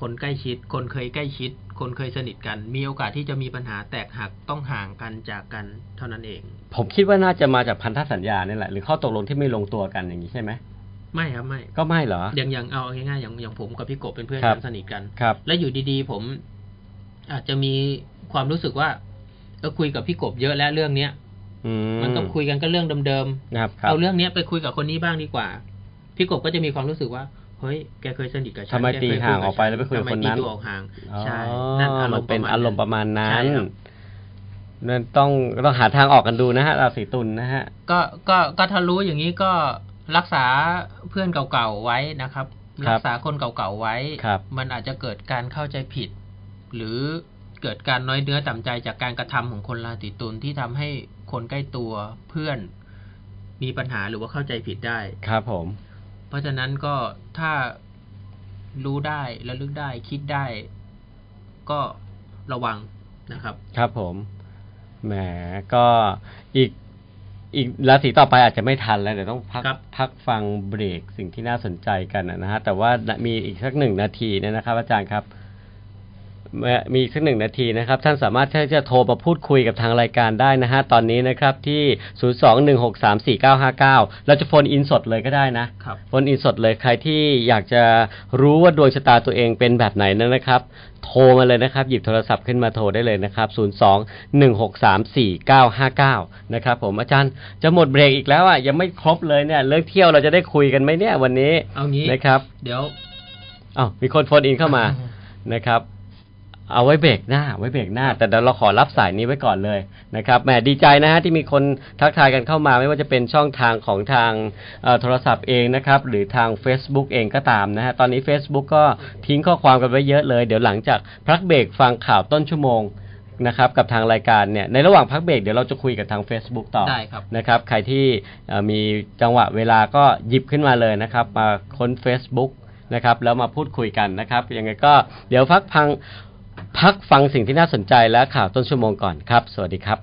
คนใกล้ชิด คนเคยใกล้ชิด คนเคยสนิทกัน มีโอกาสที่จะมีปัญหาแตกหักต้องห่างกันจากกันเท่านั้นเอง ผมคิดว่าน่าจะมาจากพันธสัญญาเนี่ยแหละ หรือข้อตกลงที่ไม่ลงตัวกันอย่างนี้ใช่ไหม ไม่ครับไม่ ก็ไม่เหรอ อย่างอย่างเอาง่ายๆอย่างอย่างผมกับพี่กบเป็นเพื่อน ครั กับ นสนิทกัน ครับ และอยู่ดีๆ ผม อาจจะมีความรู้สึกว่าเออคุยกับพี่กบเยอะแล้วเรื่องเนี้ย อื มันก็คุยกันก็เรื่องเดิมๆ นะครับครับ เอาเรื่องเนี้ยไปคุยกับคนนี้บ้างดีกว่า พี่กบก็จะมีความรู้สึกว่า เฮ้ย แกเคยสนิทกับฉัน ทำไม แก ตี เคยคุ ห่าย ง กับ ออกไปแล้วไปคุยกับ ทำม คน ตี นั้น ตัวออกห่าง ใช่ อ๋อ นั่นอาร มันมณ์ เป็นอารมณ์ประมาณนั้น ใช่ครับ นั่นต้องต้องหาทางออกกันดูนะฮะราศีตุลนะฮะ ก็ก็ก็ถ้ารู้อย่างนี้ก็รักษาเพื่อนเก่าๆไว้นะครับ ครับ รัษาคนเก่าๆไว้ ครับ มันอาจจะเกิดการเข้าใจผิด หรือเกิดการน้อยเนื้อต่ำใจจากการกระทำของคนราศีตุลที่ทำให้คนใกล้ตัวเพื่อนมีปัญหาหรือว่าเข้าใจผิดได้ ครับผม เพราะฉะนั้นก็ถ้ารู้ได้ระลึกได้คิดได้ ก็ระวังนะครับ ครับผมแหมก็อีกอีกราศีต่อไปอาจจะไม่ทันแล้วเดี๋ยวต้องพัก ครับ พักฟังเบรกสิ่งที่น่าสนใจกันนะฮะแต่ว่ามีอีกสักหนึ่งนาทีเนี่ยนะครับ อาจารย์ครับ มีอีกสักหนึ่งนาทีนะครับ ท่านสามารถที่จะโทรมาพูดคุยกับทางรายการได้นะฮะตอนนี้นะครับที่ 021634959 เราจะโฟนอินสดเลยก็ได้นะ ครับ โฟนอินสดเลยใครที่อยากจะรู้ว่าดวงชะตาตัวเองเป็นแบบไหนนั้นนะครับ โทรมาเลยนะครับ หยิบโทรศัพท์ขึ้นมาโทรได้เลยนะครับ 0 2 1 6 3 4 9 5 9 นะครับผมอาจารย์จะหมดเบรกอีกแล้วอ่ะยังไม่ครบเลยเนี่ยเลิกเที่ยวเราจะได้คุยกันไหมเนี่ยวันนี้ เอางี้ นะครับ เดี๋ยว อ้าวมีคนโฟนอินเข้ามา นะครับ เอาไว้เบรกหน้าไว้เบรกหน้า แต่เดี๋ยวเราขอรับสายนี้ไว้ก่อนเลยนะครับแหมดีใจนะฮะที่มีคนทักทายกันเข้ามาไม่ว่าจะเป็นช่องทางของทางเอ่อโทรศัพท์เองนะครับหรือทาง Facebook เองก็ตามนะฮะตอนนี้ Facebook ก็ทิ้งข้อความกันไว้เยอะเลย เดี๋ยวหลังจากพักเบรกฟังข่าวต้นชั่วโมงนะครับกับทางรายการเนี่ยในระหว่างพักเบรกเดี๋ยวเราจะคุยกับทาง Facebook ต่อ ได้ครับ นะครับใครที่เอ่อมีจังหวะเวลาก็หยิบขึ้นมาเลยนะครับ มาค้น Facebook นะครับแล้วมาพูดคุยกันนะครับยังไงก็เดี๋ยวพักพังพักฟังสิ่งที่น่าสนใจและข่าวต้นชั่วโมงก่อนครับ สวัสดีครับ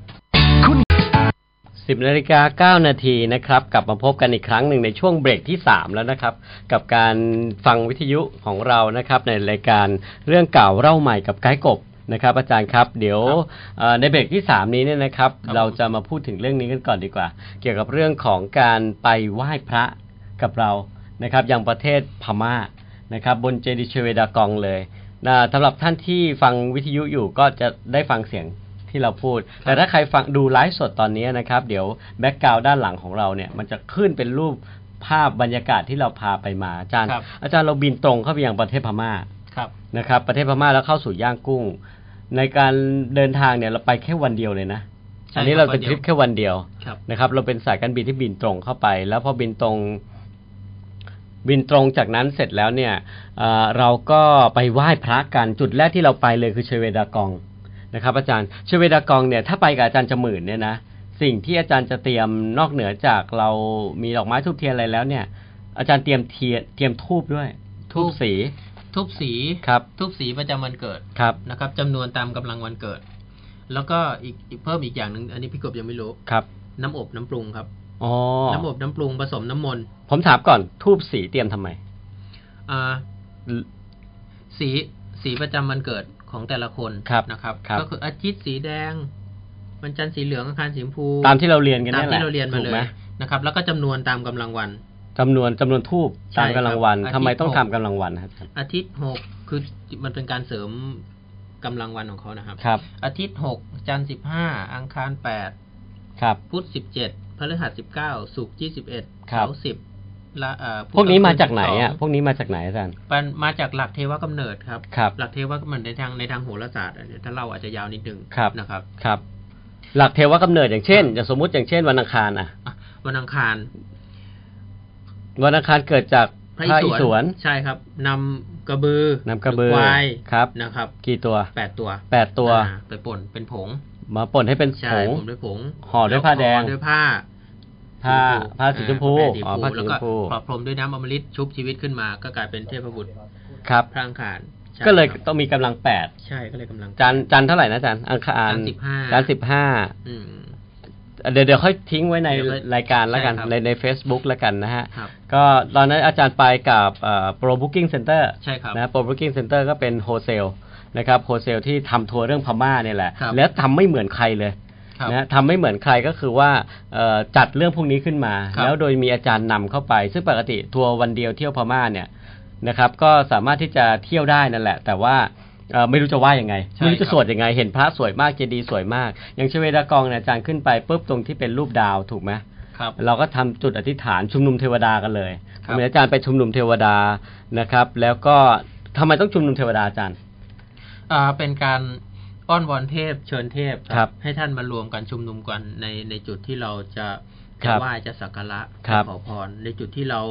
10นาฬิกาเก้า9นาทีนะครับ กลับมาพบกันอีกครั้งหนึ่งในช่วงเบรกที่ 3 แล้วนะครับ กับการฟังวิทยุของเรานะครับ ในรายการเรื่องเก่าเล่าใหม่กับไกด์กบนะครับ อาจารย์ครับ เดี๋ยวเอ่อในเบรกที่ 3 นี้เนี่ยนะครับ ครับ เราจะมาพูดถึงเรื่องนี้กันก่อนดีกว่า เกี่ยวกับเรื่องของการไปไหว้พระกับเรานะครับยังประเทศพม่านะครับ บนเจดีย์ชเวดากองเลยนะสำหรับท่านที่ฟังวิทยุอยู่ก็จะได้ฟังเสียงที่เราพูด ครับ แต่ถ้า ถ้าใครฟังดูไลฟ์สดตอนนี้นะครับ เดี๋ยวแบ็กกราวด้านหลังของเราเนี่ย มันจะขึ้นเป็นรูปภาพบรรยากาศที่เราพาไปมาอาจารย์ ครับ อาจารย์เราบินตรงเข้าไปยังประเทศพม่า ครับ นะครับ ประเทศพม่าแล้วเข้าสู่ย่างกุ้ง ในการเดินทางเนี่ยเราไปแค่วันเดียวเลยนะ ใช่ อันนี้ ครับ เราเป็น วัทนเดียว ริปแค่วันเดียว ครับ นะครับ เราเป็นสายการบินที่บินตรงเข้าไป แล้วพอบินตรง บินตรงจากนั้นเสร็จแล้วเนี่ยเอ่อเราก็ไปไหว้พระกันจุดแรกที่เราไปเลยคือเชเวดากองนะครับ อาจารย์เชเวดากองเนี่ยถ้าไปกับอาจารย์จมื่นเนี่ยนะสิ่งที่อาจารย์จะเตรียมนอกเหนือจากเรามีดอกไม้ทูบเทียนอะไรแล้วเนี่ย อาจารย์เตรียมเทียนเตรียมทูบด้วยทูธูป บสี ทุบสี ครับ ทุบสีประจำวันเกิด ครับ นะครับจำนวนตามกำลังวันเกิด แล้วก็อีกอีกเพิ่มอีกอย่างหนึ่งอันนี้พี่กบยังไม่รู้ ครับ น้ำอบน้ำปรุงครับ อ๋อ น้ำอบน้ำปรุงผสมน้ำมนต์ ผมถามก่อนทูบสีเตรียมทำไม อ่า สีสีประจำวันเกิดของแต่ละคน ครับ นะครับ ครับ ก็คืออาทิตย์สีแดงวันจันทร์สีเหลืองอังคารสีชมพู ตามที่เราเรียนกัน ตาม นี่ยแห ที่ ละ เราเรียนมา ถู เล ก ย ไห นะครับ แล้วก็จำนวนตามกำลังวัน จำนวนจำนวนทูบ ใช่ ตามกำลังวัน ครับ ทำไมต้อง อาทิ ทำ ตย์ กำลังวันครับ อาทิตย์หกคือมันเป็นการเสริมกำลังวันของเขานะครับ ครับ อาทิตย์หกจันทร์สิบห้าอังคารแปด ครับ พุธสิบเจ็ดพฤหัสสิบเก้าศุกร์ยี่สิบเอ็ด ครับ เสาร์สิบละเอ่อพุธ พวกนี้มาจากไหน กับ อ่ะ ศุกร์ พวกนี้มาจากไหนอาจารย์ มันมาจากหลักเทวกำเนิดครับ ครับ หลักเทวะก็เหมือนในทางในทางโหราศาสตร์อ่ะเดี๋ยวถ้าเราอาจจะยาวนิดนึง ครับ นะครับ ครับ หลักเทวะกำเนิดอย่างเช่นอย่างสมมุติอย่างเช่นวันอังคารอ่ะ อ่ะวันอังคาร วันอังคารเกิดจากพระอิศวร ใช่ครับนำกระบือน ำกระเบือ หควาย ครับ นะครับ กี่ตัว แปดตัว แปดตัว อ่าไปป่นเป็นผง มาป่นให้เป็น ใช่ ผง ผมด้วยผง ห่อด้วยผ้าแดง ห่อด้วยผ้า ผ้าผ้าสีชมพูอ๋ อ่ อผ้าสี แล้ว ช ก็ มพู ประพรมด้วยน้ำอมฤตชุบชีวิตขึ้นมา ก็กลายเป็นเทพบุตร ครับ พระอังคารใช่ ก็เลย ครับ ต้องมีกำลังแปด ใช่ก็เลยกำลัง จันทร์จันทร์เท่าไหร่นะอาจารย์อังคาร จันทร์สิบห้า จันทร์สิบห้า อืม เดี๋ยวเดี๋ยวค่อยทิ้งไว้ใน เดี๋ยวค่อย รายการแล้วกัน ใช่ครับ ในใน Facebook แล้วกันนะฮะ ครับ ก็ตอนนั้นอาจารย์ไปกับเอ่อ Pro Booking Center ใช่ครับ นะ Pro Booking Center ก็เป็นโฮเซลนะครับโฮเซลที่ทำทัวร์เรื่องพม่าเนี่ยแหละ ครับ แล้วทำไม่เหมือนใครเลย ครับ นะทำไม่เหมือนใครก็คือว่าเอ่อจัดเรื่องพวกนี้ขึ้นมา ครับ แล้วโดยมีอาจารย์นำเข้าไป ซึ่งปกติทัวร์วันเดียวเที่ยวพม่าเนี่ยนะครับ ก็สามารถที่จะเที่ยวได้นั่นแหละ แต่ว่าเอ่อไม่รู้จะว่ายังไง ใช่ ไม่รู้จะ ครับ สวดยังไง เห็นพระสวยมากเจดีย์สวยมาก อย่างเชเวดากองเนี่ยอาจารย์ขึ้นไปปุ๊บตรงที่เป็นรูปดาวถูกไหม ครับ เราก็ทำจุดอธิษฐานชุมนุมเทวดากันเลย ค ผ รับ มเห็นอาจารย์ไปชุมนุมเทวดานะครับ แล้วก็ทำไมต้องชุมนุมเทวดาอาจารย์ อ่าเป็นการอ้อนวอนเทพเชิญเทพ ครับ ให้ท่านมารวมกันชุมนุมกันในในจุดที่เราจะ ครั จะ บ ไหว้จะสักการะ ครับ จะขอพร ในจุดที่เรา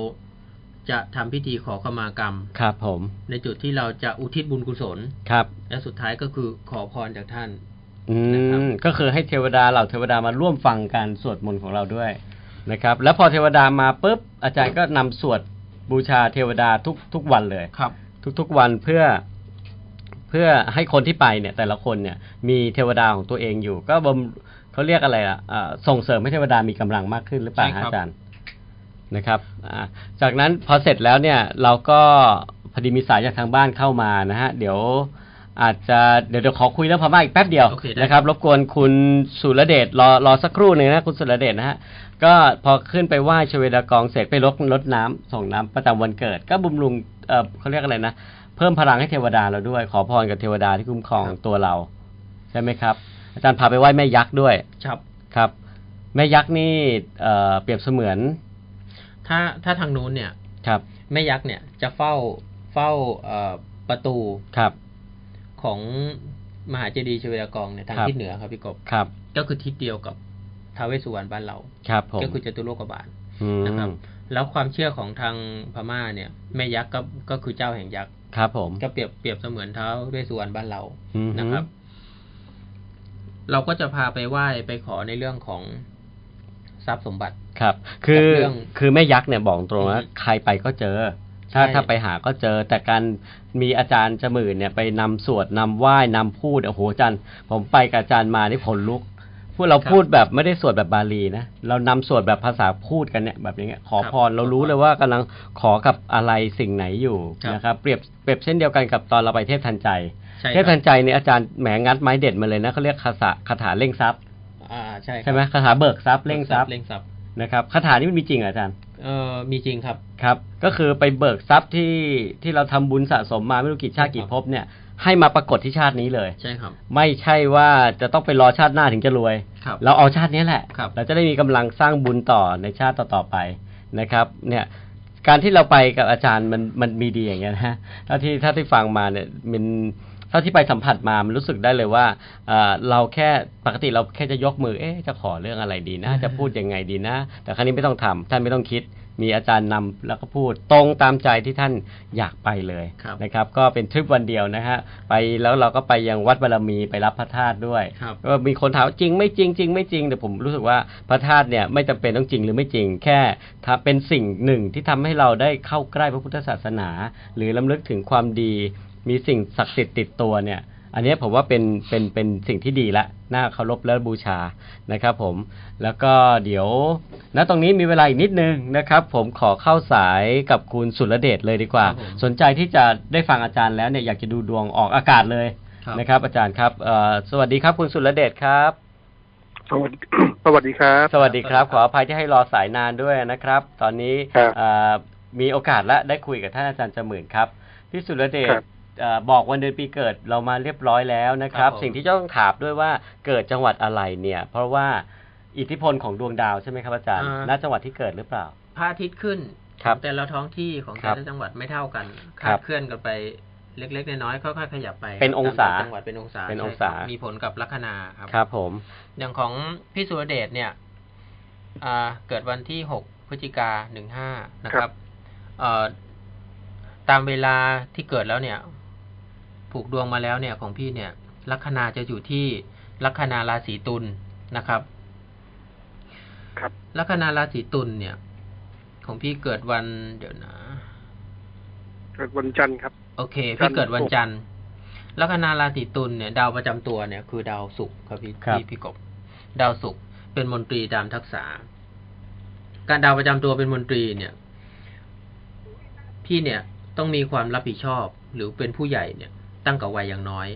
จะทำพิธีขอขมากรรม ครับผม ในจุดที่เราจะอุทิศบุญกุศล ครับ และสุดท้ายก็คือขอพรจากท่าน อื นะครับ มก็คือให้เทวดาเหล่าเทวดามาร่วมฟังการสวดมนต์ของเราด้วยนะครับ แล้วพอเทวดามาปุ๊บอาจารย์ก็นำสวดบูชาเทวดาทุกทุกวันเลย ครับ ทุกๆวันเพื่อเพื่อให้คนที่ไปเนี่ยแต่ละคนเนี่ยมีเทวดาของตัวเองอยู่ ก็บำเขาเรียกอะไรอ่ะเอ่อส่งเสริมให้เทวดามีกำลังมากขึ้นหรือเปล่า ใช่ครั ฮะ บ อาจารย์นะครับอ่าจากนั้นพอเสร็จแล้วเนี่ยเราก็พอดีมีสายจากทางบ้านเข้ามานะฮะเดี๋ยวอาจจะเดี๋ยวเดี๋ยวขอคุยเรื่องพม่าอีกแป๊บเดียว โอเคได้ นะครับ รบกวนคุณสุรเดชรอรอสักครู่หนึ่งนะคุณสุรเดชนะฮะ ก็พอขึ้นไปไหว้ชเวดากองเสร็จไปรดรดน้ำส่งน้ำประจำวันเกิด ก็บุมลุงเออเขาเรียกอะไรนะ เพิ่มพลังให้เทวดาเราด้วย ขอพรกับเทวดาที่คุ้มครอง ครับ ตัวเรา ใช่ไหมครับ อาจารย์พาไปไหว้แม่ยักษ์ด้วย ครับ ครับ แม่ยักษ์นี่เอ่อเปรียบเสมือน ถ้าถ้าทางนู้นเนี่ย ครับ แม่ยักษ์เนี่ยจะเฝ้าเฝ้าเอ่อประตู ครับ ของมหาเจดีย์ชเวดากองเนี่ยทาง ครับ ทิศเหนือครับพี่กบ ครับ ก็คือทิศเดียวกับท้าวเวสสุวรรณบ้านเรา ครับผม ก็คือจตุโลกบาล อืม นะครับ แล้วความเชื่อของทางพม่าเนี่ยแม่ยักษ์ก็ก็คือเจ้าแห่งยักษ์ ครับผม ก็เปรียบเปรียบเสมือนเท้าเวสสุวรรณบ้านเรา อืม นะครับ เราก็จะพาไปไหว้ไปขอในเรื่องของทรัพย์สมบัติ ครับ คือ เรื่อง คือแม่ยักษ์เนี่ยบอกตรงว่า อืม ใครไปก็เจอ ถ้า ใช่ ถ้าไปหาก็เจอ แต่การมีอาจารย์จมื่นเนี่ยไปนำสวดนำไหว้นำพูดโอ้โหอาจารย์ ผมไปกับอาจารย์มานี่ขนลุก พูดเราพูดแบบไม่ได้สวดแบบบาลีนะ เรานำสวดแบบภาษาพูดกันเนี่ยแบบอย่างเงี้ยขอพรเรารู้เลยว่ากำลังขอกับอะไรสิ่งไหนอยู่ ครับ นะครับ เปรียบเปรียบเช่นเดียวกันกับตอนเราไปเทพทันใจ ใช่ เทพ ครั ทั บ นใจเนี่ยอาจารย์แหมงัดไม้เด็ดมาเลยนะเขาเรียกคาถาคาถาเร่งทรัพย์ อ่าใช่ครับ ใช่ไหมคาถาเบิกทรัพย์เร่งทรัพย์ เร่งทรัพย์ นะครับคาถานี้มันมีจริงเหรออาจารย์ เอ่อมีจริงครับ ครับ ก็คือไปเบิกทรัพย์ที่ที่เราทำบุญสะสมมาไม่รู้กี่ชาติกี่ภพเนี่ย ให้มาปรากฏที่ชาตินี้เลย ใช่ครับ ไม่ใช่ว่าจะต้องไปรอชาติหน้าถึงจะรวย ครับ เราเอาชาตินี้แหละ ครับ เราจะได้มีกำลังสร้างบุญต่อในชาติต่อๆไปนะครับ เนี่ยการที่เราไปกับอาจารย์มันมันมีดีอย่างเงี้ยนะฮะเท่าที่ถ้าที่ฟังมาเนี่ยมัน เท่าที่ไปสัมผัสมามันรู้สึกได้เลยว่าเอ่อเราแค่ปกติเราแค่จะยกมือเอ๊ะจะขอเรื่องอะไรดีนะ จะพูดยังไงดีนะ แต่ครั้งนี้ไม่ต้องทำท่านไม่ต้องคิด มีอาจารย์นำแล้วก็พูดตรงตามใจที่ท่านอยากไปเลย ครับ นะครับ ก็เป็นทริปวันเดียวนะฮะไปแล้วเราก็ไปยังวัดบารมีไปรับพระธาตุด้วย ครับ ก็มีคนถามจริงไม่จริงจริงไม่จริงแต่ผมรู้สึกว่าพระธาตุเนี่ยไม่จำเป็นต้องจริงหรือไม่จริง แค่ถ้าเป็นสิ่งหนึ่งที่ทำให้เราได้เข้าใกล้พระพุทธศาสนา หรือลำลึกถึงความดี มีสิ่งศักดิ์สิทธิ์ติดตัวเนี่ย อันเนี้ยผมว่าเป็นเป็นเป็นสิ่งที่ดีละน่าเคารพและบูชานะครับผมแล้วก็เดี๋ยวณตรงนี้มีเวลาอีกนิดนึงนะครับ ผมขอเข้าสายกับคุณสุรเดชเลยดีกว่า ครับผม สนใจที่จะได้ฟังอาจารย์แล้วเนี่ยอยากจะดูดวงออกอากาศเลย นะครับอาจารย์ครับเอ่อสวัสดีครับคุณสุรเดชครับ สวัสดี สวัสดีครับ สวัสดีครับ สวัสขดีครับออภัยที่ให้รอสายนานด้วยนะครับ ตอนนี้ ครับ เอ่อมีโอกาสและได้คุยกับท่านอาจารย์จำหมื่นครับพี่สุรเดช ครับ เอ่อบอกวันเดือนปีเกิดเรามาเรียบร้อยแล้วนะครับ ครับผม สิ่งที่ต้องถามด้วยว่าเกิดจังหวัดอะไรเนี่ย เพราะว่าอิทธิพลของดวงดาวใช่ไหมครับอาจารย์ณจังหวัดที่เกิดหรือเปล่า พระอาทิตย์ขึ้น ครับ แต่ละท้องที่ของ ครั แต่ บ ละจังหวัดไม่เท่ากัน ครั คา บ ดเคลื่อนกันไปเล็กๆน้อยๆค่อยๆขยับไป เป็นองศา ตมจังหวัดเป็นองศา เป็นอง ใช่ครับ ศามี มีผลกับลัคนาครับ ครับผม อย่างของพี่สุรเดชเนี่ยอ่าเกิดวันที่ 6 พฤศจิกาหนึ่งห้านะค ครั รับบ เอ่อตามเวลาที่เกิดแล้วเนี่ย ผูกดวงมาแล้วเนี่ยของพี่เนี่ย ลัคนาจะอยู่ที่ลัคนาราศีตุลนะครับ ครับ ลัคนาราศีตุลเนี่ย ของพี่เกิดวันเดี๋ยวนะ เกิดวันจันทร์ครับ โอเค จัน พี่ ทร์ เกิดวันจันทร์ ลัคนาราศีตุลเนี่ย ดาวประจำตัวเนี่ยคือดาวศุกร์ครับพี่ ครับ พี่พี่กบ ดาวศุกร์เป็นมนตรีตามทักษะ การดาวประจำตัวเป็นมนตรีเนี่ย พี่เนี่ยต้องมีความรับผิดชอบ หรือเป็นผู้ใหญ่เนี่ย ตั้งกับวัยอย่างน้อย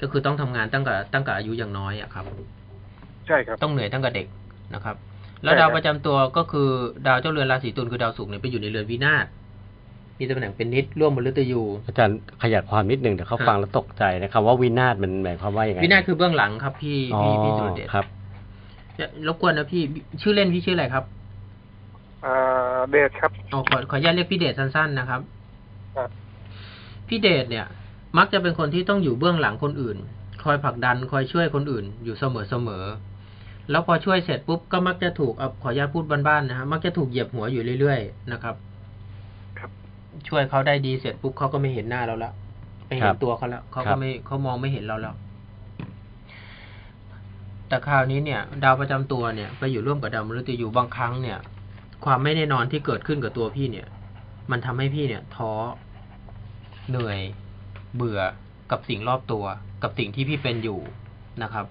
ก็คือต้องทำงานตั้งกับตั้งกับอายุอย่างน้อยอะครับ ใช่ครับ ต้องเหนื่อยตั้งแต่เด็กนะครับ แล้ว ใช่ครับ ดาวประจำตัวก็คือดาวเจ้าเรือนราศีตุลคือดาวศุกร์เนี่ยไปอยู่ในเรือนวินาศมีตำแหน่งเป็นนิดร่วมบนฤตยู อาจารย์ขยายความนิดหนึ่งเดี๋ยวเขา ครับ ฟังแล้วตกใจนะครับว่าวินาศมันหมายความว่ายังไง วินาศคือเบื้องหลังครับพี่ อ๋อ พี่พี่สุรเดช ครับ จะรบกวนนะพี่ชื่อเล่นพี่ชื่ออะไรครับ อ่าเดชครับ อ๋อขอขออนุญาตเรียกพี่เดชสั้นๆนะครับ ครับ พี่เดชเนี่ย มักจะเป็นคนที่ต้องอยู่เบื้องหลังคนอื่น คอยผลักดัน คอยช่วยคนอื่น อยู่เสมอเสมอๆแล้วพอช่วยเสร็จปุ๊บก็มักจะถูกเอาขออนุญาตพูดบ้านๆนะฮะมักจะถูกเหยียบหัวอยู่เรื่อยๆนะครับ ครับ ช่วยเขาได้ดีเสร็จปุ๊บเขาก็ไม่เห็นหน้าเราละไม่เห็นตัวเขาละเขาก็ไม่เขามองไม่เห็นเราแล้ว แต่คราวนี้เนี่ย ดาวประจำตัวเนี่ยไปอยู่ร่วมกับดาวมฤตยูบางครั้งเนี่ย ความไม่แน่นอนที่เกิดขึ้นกับตัวพี่เนี่ย มันทำให้พี่เนี่ย ท้อเหนื่อย เบื่อกับสิ่งรอบตัว กับสิ่งที่พี่เป็นอยู่นะครับ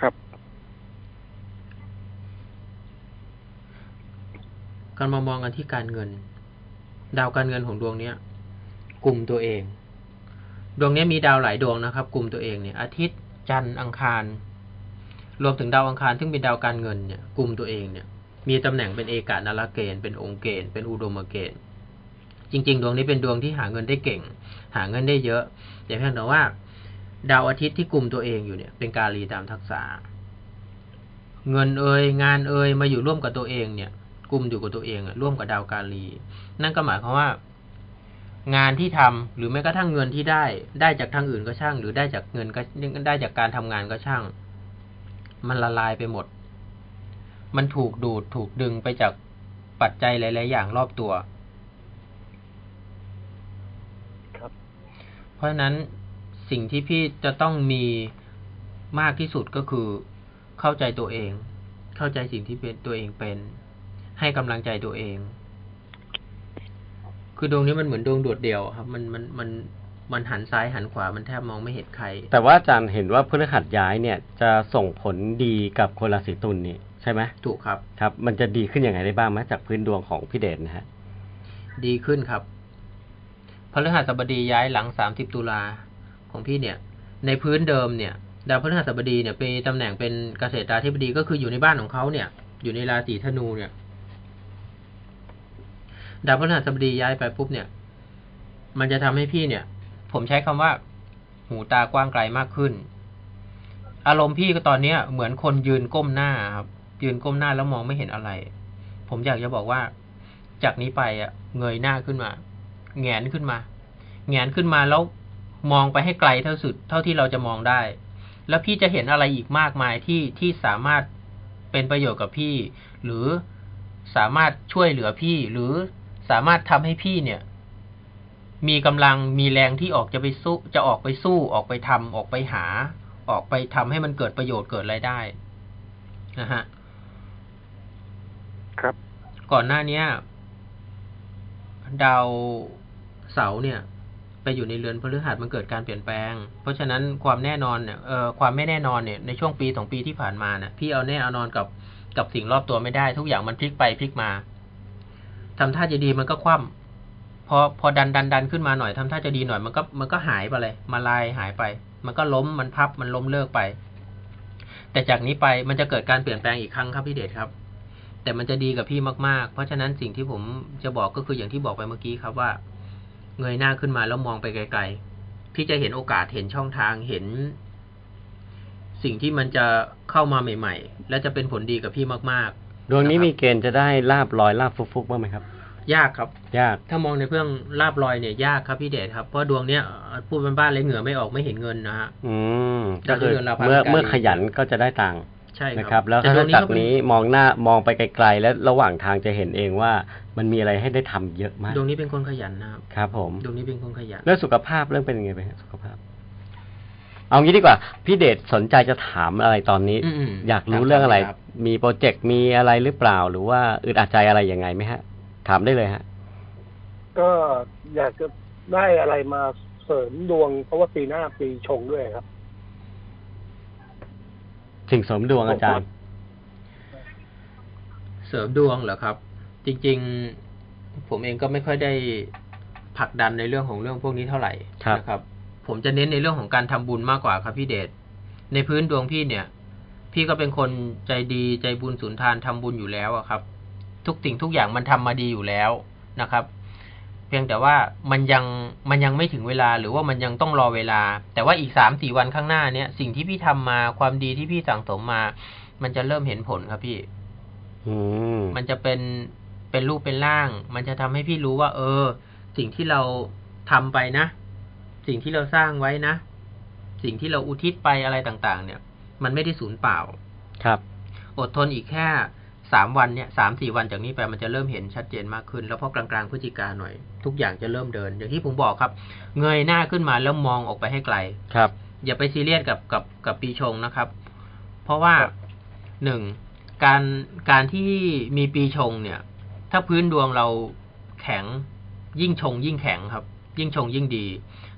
ครับ การมามองกันที่การเงิน ดาวการเงินของดวงเนี้ยกลุ่มตัวเอง ดวงเนี้ยมีดาวหลายดวงนะครับกลุ่มตัวเองเนี่ยอาทิตย์จันทร์อังคาร รวมถึงดาวอังคารซึ่งเป็นดาวการเงินเนี่ยกลุ่มตัวเองเนี่ย มีตำแหน่งเป็นเอกานาลเกณฑ์เป็นองค์เกณฑ์เป็นอุดมเกณฑ์ จริง ๆ ดวงนี้เป็นดวงที่หาเงินได้เก่ง หาเงินได้เยอะแต่เพียงแต่ว่า ดาวอาทิตย์ที่กลุ่มตัวเองอยู่เนี่ย เป็นการีตามทักษะ เงินเอ่ยงานเอ่ยมาอยู่ร่วมกับตัวเองเนี่ย กลุ่มอยู่กับตัวเองอะร่วมกับดาวการีนั่นก็หมายความว่า งานที่ทำหรือแม้กระทั่งเงินที่ได้ได้จากทางอื่นก็ช่าง หรือได้จากเงินก็ได้จากการทำงานก็ช่าง มันละลายไปหมด มันถูกดูดถูกดึงไปจากปัจจัยหลาย ๆ อย่างรอบตัว ครับ เพราะฉะนั้นสิ่งที่พี่จะต้องมีมากที่สุดก็คือ เข้าใจตัวเอง เข้าใจสิ่งที่เป็นตัวเองเป็น ให้กำลังใจตัวเอง คือดวงนี้มันเหมือนดวงโดดเดี่ยวอะครับ มันมันมันมันหันซ้ายหันขวามันแทบมองไม่เห็นใคร แต่ว่าอาจารย์เห็นว่าพฤหัสย้ายเนี่ยจะส่งผลดีกับคนราศีตุลนี่ใช่ไหม ถูกครับ ครับ มันจะดีขึ้นยังไงได้บ้างไหมจากพื้นดวงของพี่เดชนะฮะ ดีขึ้นครับพฤหัสบดีย้ายหลัง 30 ตุลาของพี่เนี่ย ในพื้นเดิมเนี่ย ดาวพฤหัสบดีเนี่ยไปตำแหน่งเป็นเกษตราธิบดีก็คืออยู่ในบ้านของเขาเนี่ย อยู่ในราศีธนูเนี่ย ดาวพฤหัสบดีย้ายไปปุ๊บเนี่ย มันจะทำให้พี่เนี่ย ผมใช้คำว่า หูตากว้างไกลมากขึ้น อารมณ์พี่ก็ตอนเนี้ยเหมือนคนยืนก้มหน้าครับ ยืนก้มหน้าแล้วมองไม่เห็นอะไร ผมอยากจะบอกว่า จากนี้ไปอะเงยหน้าขึ้นมา แหงนขึ้นมา แงนขึ้นมาแล้วมองไปให้ไกลเท่าสุด เท่าที่เราจะมองได้ แล้วพี่จะเห็นอะไรอีกมากมายที่ที่สามารถเป็นประโยชน์กับพี่ หรือสามารถช่วยเหลือพี่ หรือสามารถทำให้พี่เนี่ย มีกำลังมีแรงที่ออกจะไปสู้จะออกไปสู้ออกไปทำออกไปหา ออกไปทำให้มันเกิดประโยชน์เกิดรายได้นะฮะ ครับ ก่อนหน้าเนี้ยดาวเสาร์เนี่ย ไปอยู่ในเรือนพฤหัสมันเกิดการเปลี่ยนแปลง เพราะฉะนั้นความแน่นอนเนี่ยเอ่อความไม่แน่นอนเนี่ยในช่วงปีสองปีที่ผ่านมาเนี่ยพี่เอาแน่เอานอนกับกับสิ่งรอบตัวไม่ได้ ทุกอย่างมันพลิกไปพลิกมาทำท่าจะดีมันก็คว่ำพอพอดันดันดันขึ้นมาหน่อยทำท่าจะดีหน่อยมันก็มันก็หายไปเลยมาลายหายไป มันก็ล้มมันพับมันล้มเลิกไป แต่จากนี้ไปมันจะเกิดการเปลี่ยนแปลงอีกครั้งครับพี่เดชครับ แต่มันจะดีกับพี่มากๆ เพราะฉะนั้นสิ่งที่ผมจะบอกก็คืออย่างที่บอกไปเมื่อกี้ครับว่า เงยหน้าขึ้นมาแล้วมองไปไกลๆ พี่จะเห็นโอกาสเห็นช่องทางเห็น สิ่งที่มันจะเข้ามาใหม่ ๆ และจะเป็นผลดีกับพี่มาก ดวงนี้ นะครับ มีเกณฑ์จะได้ลาบลอยลาบฟุกๆบ้างไหมครับ ๆ ยากครับ ยาก ถ้ามองในเพื่องลาบลอยเนี่ยยากครับพี่เดชครับ เพราะดวงเนี้ยเอ่อพูดบ้านๆเลยเหงื่อไม่ออกไม่เห็นเงินนะฮะ อืม ก็คือ เดือนละพัน เมื่อ กัน เมื่อขยันก็จะได้ตังค์ ใช่ นะค ครั รับ แล้วถ้า ต่ดวง จาก ก็เป็ นี้มองหน้ามองไปไกลๆ แล้วระหว่างทางจะเห็นเองว่ามันมีอะไรให้ได้ทำเยอะมาก ดวงนี้เป็นคนขยันนะครับ ครับผม ดวงนี้เป็นคนขยัน แล้วสุขภาพเรื่องเป็นยังไงไปฮะสุขภาพ เอางี้ดีกว่า พี่เดชสนใจจะถามอะไรตอนนี้ อืมๆ อยากรู้เรื่องอะไร ครับ มีโปรเจกต์มีอะไรหรือเปล่า หรือว่าอึดอัดใจอะไรยังไงไหมฮะ ถามได้เลยฮะ ก็อยากจะได้อะไรมาเสริมดวง เพราะว่าปีหน้าปีชงด้วยครับ สิ่งเสริมดวงอาจารย์ เสริมดวงเหรอครับ จริงๆผมเองก็ไม่ค่อยได้ผลักดันในเรื่องของเรื่องพวกนี้เท่าไหร่ ครับ นะครับ ผมจะเน้นในเรื่องของการทำบุญมากกว่าครับพี่เดชในพื้นดวงพี่เนี่ย พี่ก็เป็นคนใจดีใจบุญสุนทานทำบุญอยู่แล้วอะครับ ทุกสิ่งทุกอย่างมันทำมาดีอยู่แล้วนะครับ เพียงแต่ว่ามันยังมันยังไม่ถึงเวลาหรือว่ามันยังต้องรอเวลา แต่ว่าอีกสามสี่วันข้างหน้าเนี่ย สิ่งที่พี่ทำมาความดีที่พี่สั่งสมมา มันจะเริ่มเห็นผลครับพี่ อืม มันจะเป็นเป็นรูปเป็นร่าง มันจะทำให้พี่รู้ว่า เออ สิ่งที่เราทำไปนะ สิ่งที่เราสร้างไว้นะ สิ่งที่เราอุทิศไปอะไรต่าง ๆ เนี่ย มันไม่ได้สูญเปล่า ครับ อดทนอีกแค่สามวันเนี่ยสามสี่วันจากนี้ไปมันจะเริ่มเห็นชัดเจนมากขึ้น แล้วพอกลางๆพฤศจิกาหน่อยทุกอย่างจะเริ่มเดิน อย่างที่ผมบอกครับ เงยหน้าขึ้นมาแล้วมองออกไปให้ไกล ครับ อย่าไปซีเรียสกับกับกับปีชงนะครับ เพราะว่าหนึ่งการการที่มีปีชงเนี่ย ถ้าพื้นดวงเราแข็ง ยิ่งชง ยิ่งแข็งครับ ยิ่งชงยิ่งดี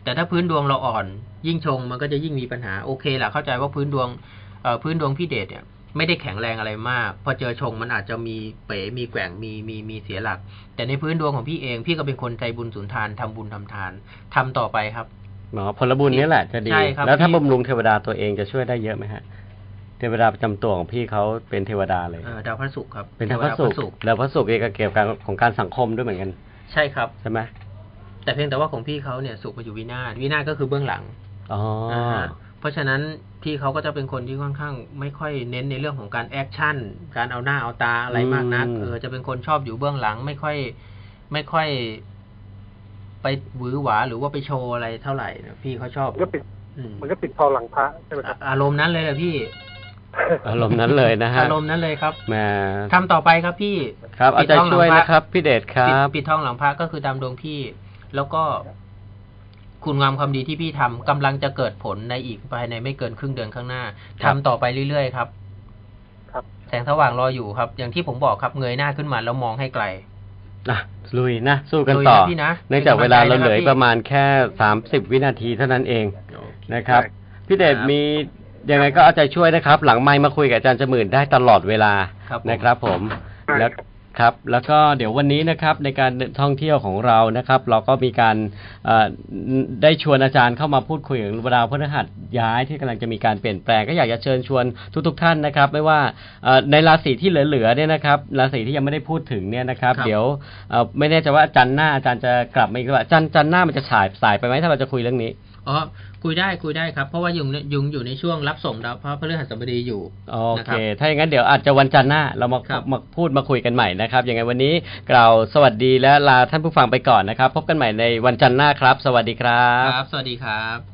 แต่ถ้าพื้นดวงเราอ่อน ยิ่งชงมันก็จะยิ่งมีปัญหาโอเคแหละเข้าใจว่าพื้นดวงเอ่อพื้นดวงพี่เดชเนี่ย ไม่ได้แข็งแรงอะไรมาก พอเจอชงมันอาจจะมีเป๋มีแกว่งมีมีมีเสียหลัก แต่ในพื้นดวงของพี่เอง พี่ก็เป็นคนใจบุญสุนทานทำบุญทำทานทำต่อไปครับ หมอพลบุญนี่แหละจะดี ใช่ครับ แล้วถ้า พี่ บำรุงเทวดาตัวเองจะช่วยได้เยอะไหมฮะ เทวดาประจำตัวของพี่เขาเป็นเทวดาเลย เอ่อดาวพระศุกร์ครับ เป็นดาวพระศุกร์ดาวพระศุกร์เองก็เกี่ยวกับของการสังคมด้วยเหมือนกัน ใช่ครับ ใช่ไหม แต่เพียงแต่ว่าของพี่เขาเนี่ยสุกมาอยู่วินาศวินาศก็คือเบื้องหลัง อ๋ออา ฮะเพราะฉะนั้นพี่เขาก็จะเป็นคนที่ค่อนข้าง ไม่ค่อยเน้นในเรื่องของการแอคชั่นการเอาหน้าเอาตาอะไรมากนักเออจะเป็นคนชอบอยู่เบื้องหลัง ไม่ค่อย ไม่ค่อย ไปหวือหวาหรือว่าไปโชว์อะไรเท่าไหร่นะพี่เขาชอบ มันก็ปิด อืม มันก็ปิดพอหลังพระใช่ไหมครับ อารมณ์นั้นเลยเหรอพี่ อารมณ์นั้นเลยนะฮะ อารมณ์นั้นเลยครับ แหม ทำต่อไปครับพี่ ครับเอาใจ ปิดทองหลัง ช่วย พระ นะครับ พี่เดชค ปิด รับ ปิดทองหลังพระก็คือตามดวงพี่ แล้วก็คุณงามความดีที่พี่ทำกำลังจะเกิดผลในอีกภายในไม่เกินครึ่งเดือนข้างหน้า ครั ทำ บ ต่อไปเรื่อยๆครับ ครับ แสงสว่างรออยู่ครับ อย่างที่ผมบอกครับเงยหน้าขึ้นมาแล้วมองให้ไกล นะลุยนะสู้กัน ลุยนะ ต่อ พี่นะ เนื่องจากเวลาเราเหลือ เป็นปกำลังใจนะครับระมาณแค่สามสิบวินาทีเท่านั้นเองนะครับ ใช่ พี่เดชมียังไงก็เอาใจช่วยนะครับ หลังไมค์มาคุยกับอาจารย์จมื่นได้ตลอดเวลา ครับผม นะครับ ผมแล้ว ครับแล้วก็เดี๋ยววันนี้นะครับในการท่องเที่ยวของเรานะครับ เราก็มีการเอ่อได้ชวนอาจารย์เข้ามาพูดคุยถึงดาวพฤหัสย้ายที่กำลังจะมีการเปลี่ยนแปลงก็อยากจะเชิญชวนทุกๆท่านนะครับ ไม่ว่าเอ่อในราศีที่เหลือๆเนี่ยนะครับราศีที่ยังไม่ได้พูดถึงเนี่ยนะครับ ครับ เดี๋ยวเอ่อไม่แน่ใจว่าอาจารย์หน้าอาจารย์จะกลับมาอีกหรือเปล่าอาจารย์อาจารย์หน้ามันจะฉายสายไปไหมถ้าเราจะคุยเรื่องนี้ อ๋อคุยได้คุยได้ครับ เพราะว่ายุงเนี่ยยุงอยู่ในช่วงรับส่งดาวพระพฤหัสบดีอยู่ โอ นะ เค ครับ ถ้าอย่างนั้นเดี๋ยวอาจจะวันจันทร์หน้าเรามา ครับ มาพูดมาคุยกันใหม่นะครับ ยังไงวันนี้กล่าวสวัสดีและลาท่านผู้ฟังไปก่อนนะครับ พบกันใหม่ในวันจันทร์หน้าครับ สวัสดีครับ สวัสดีครับ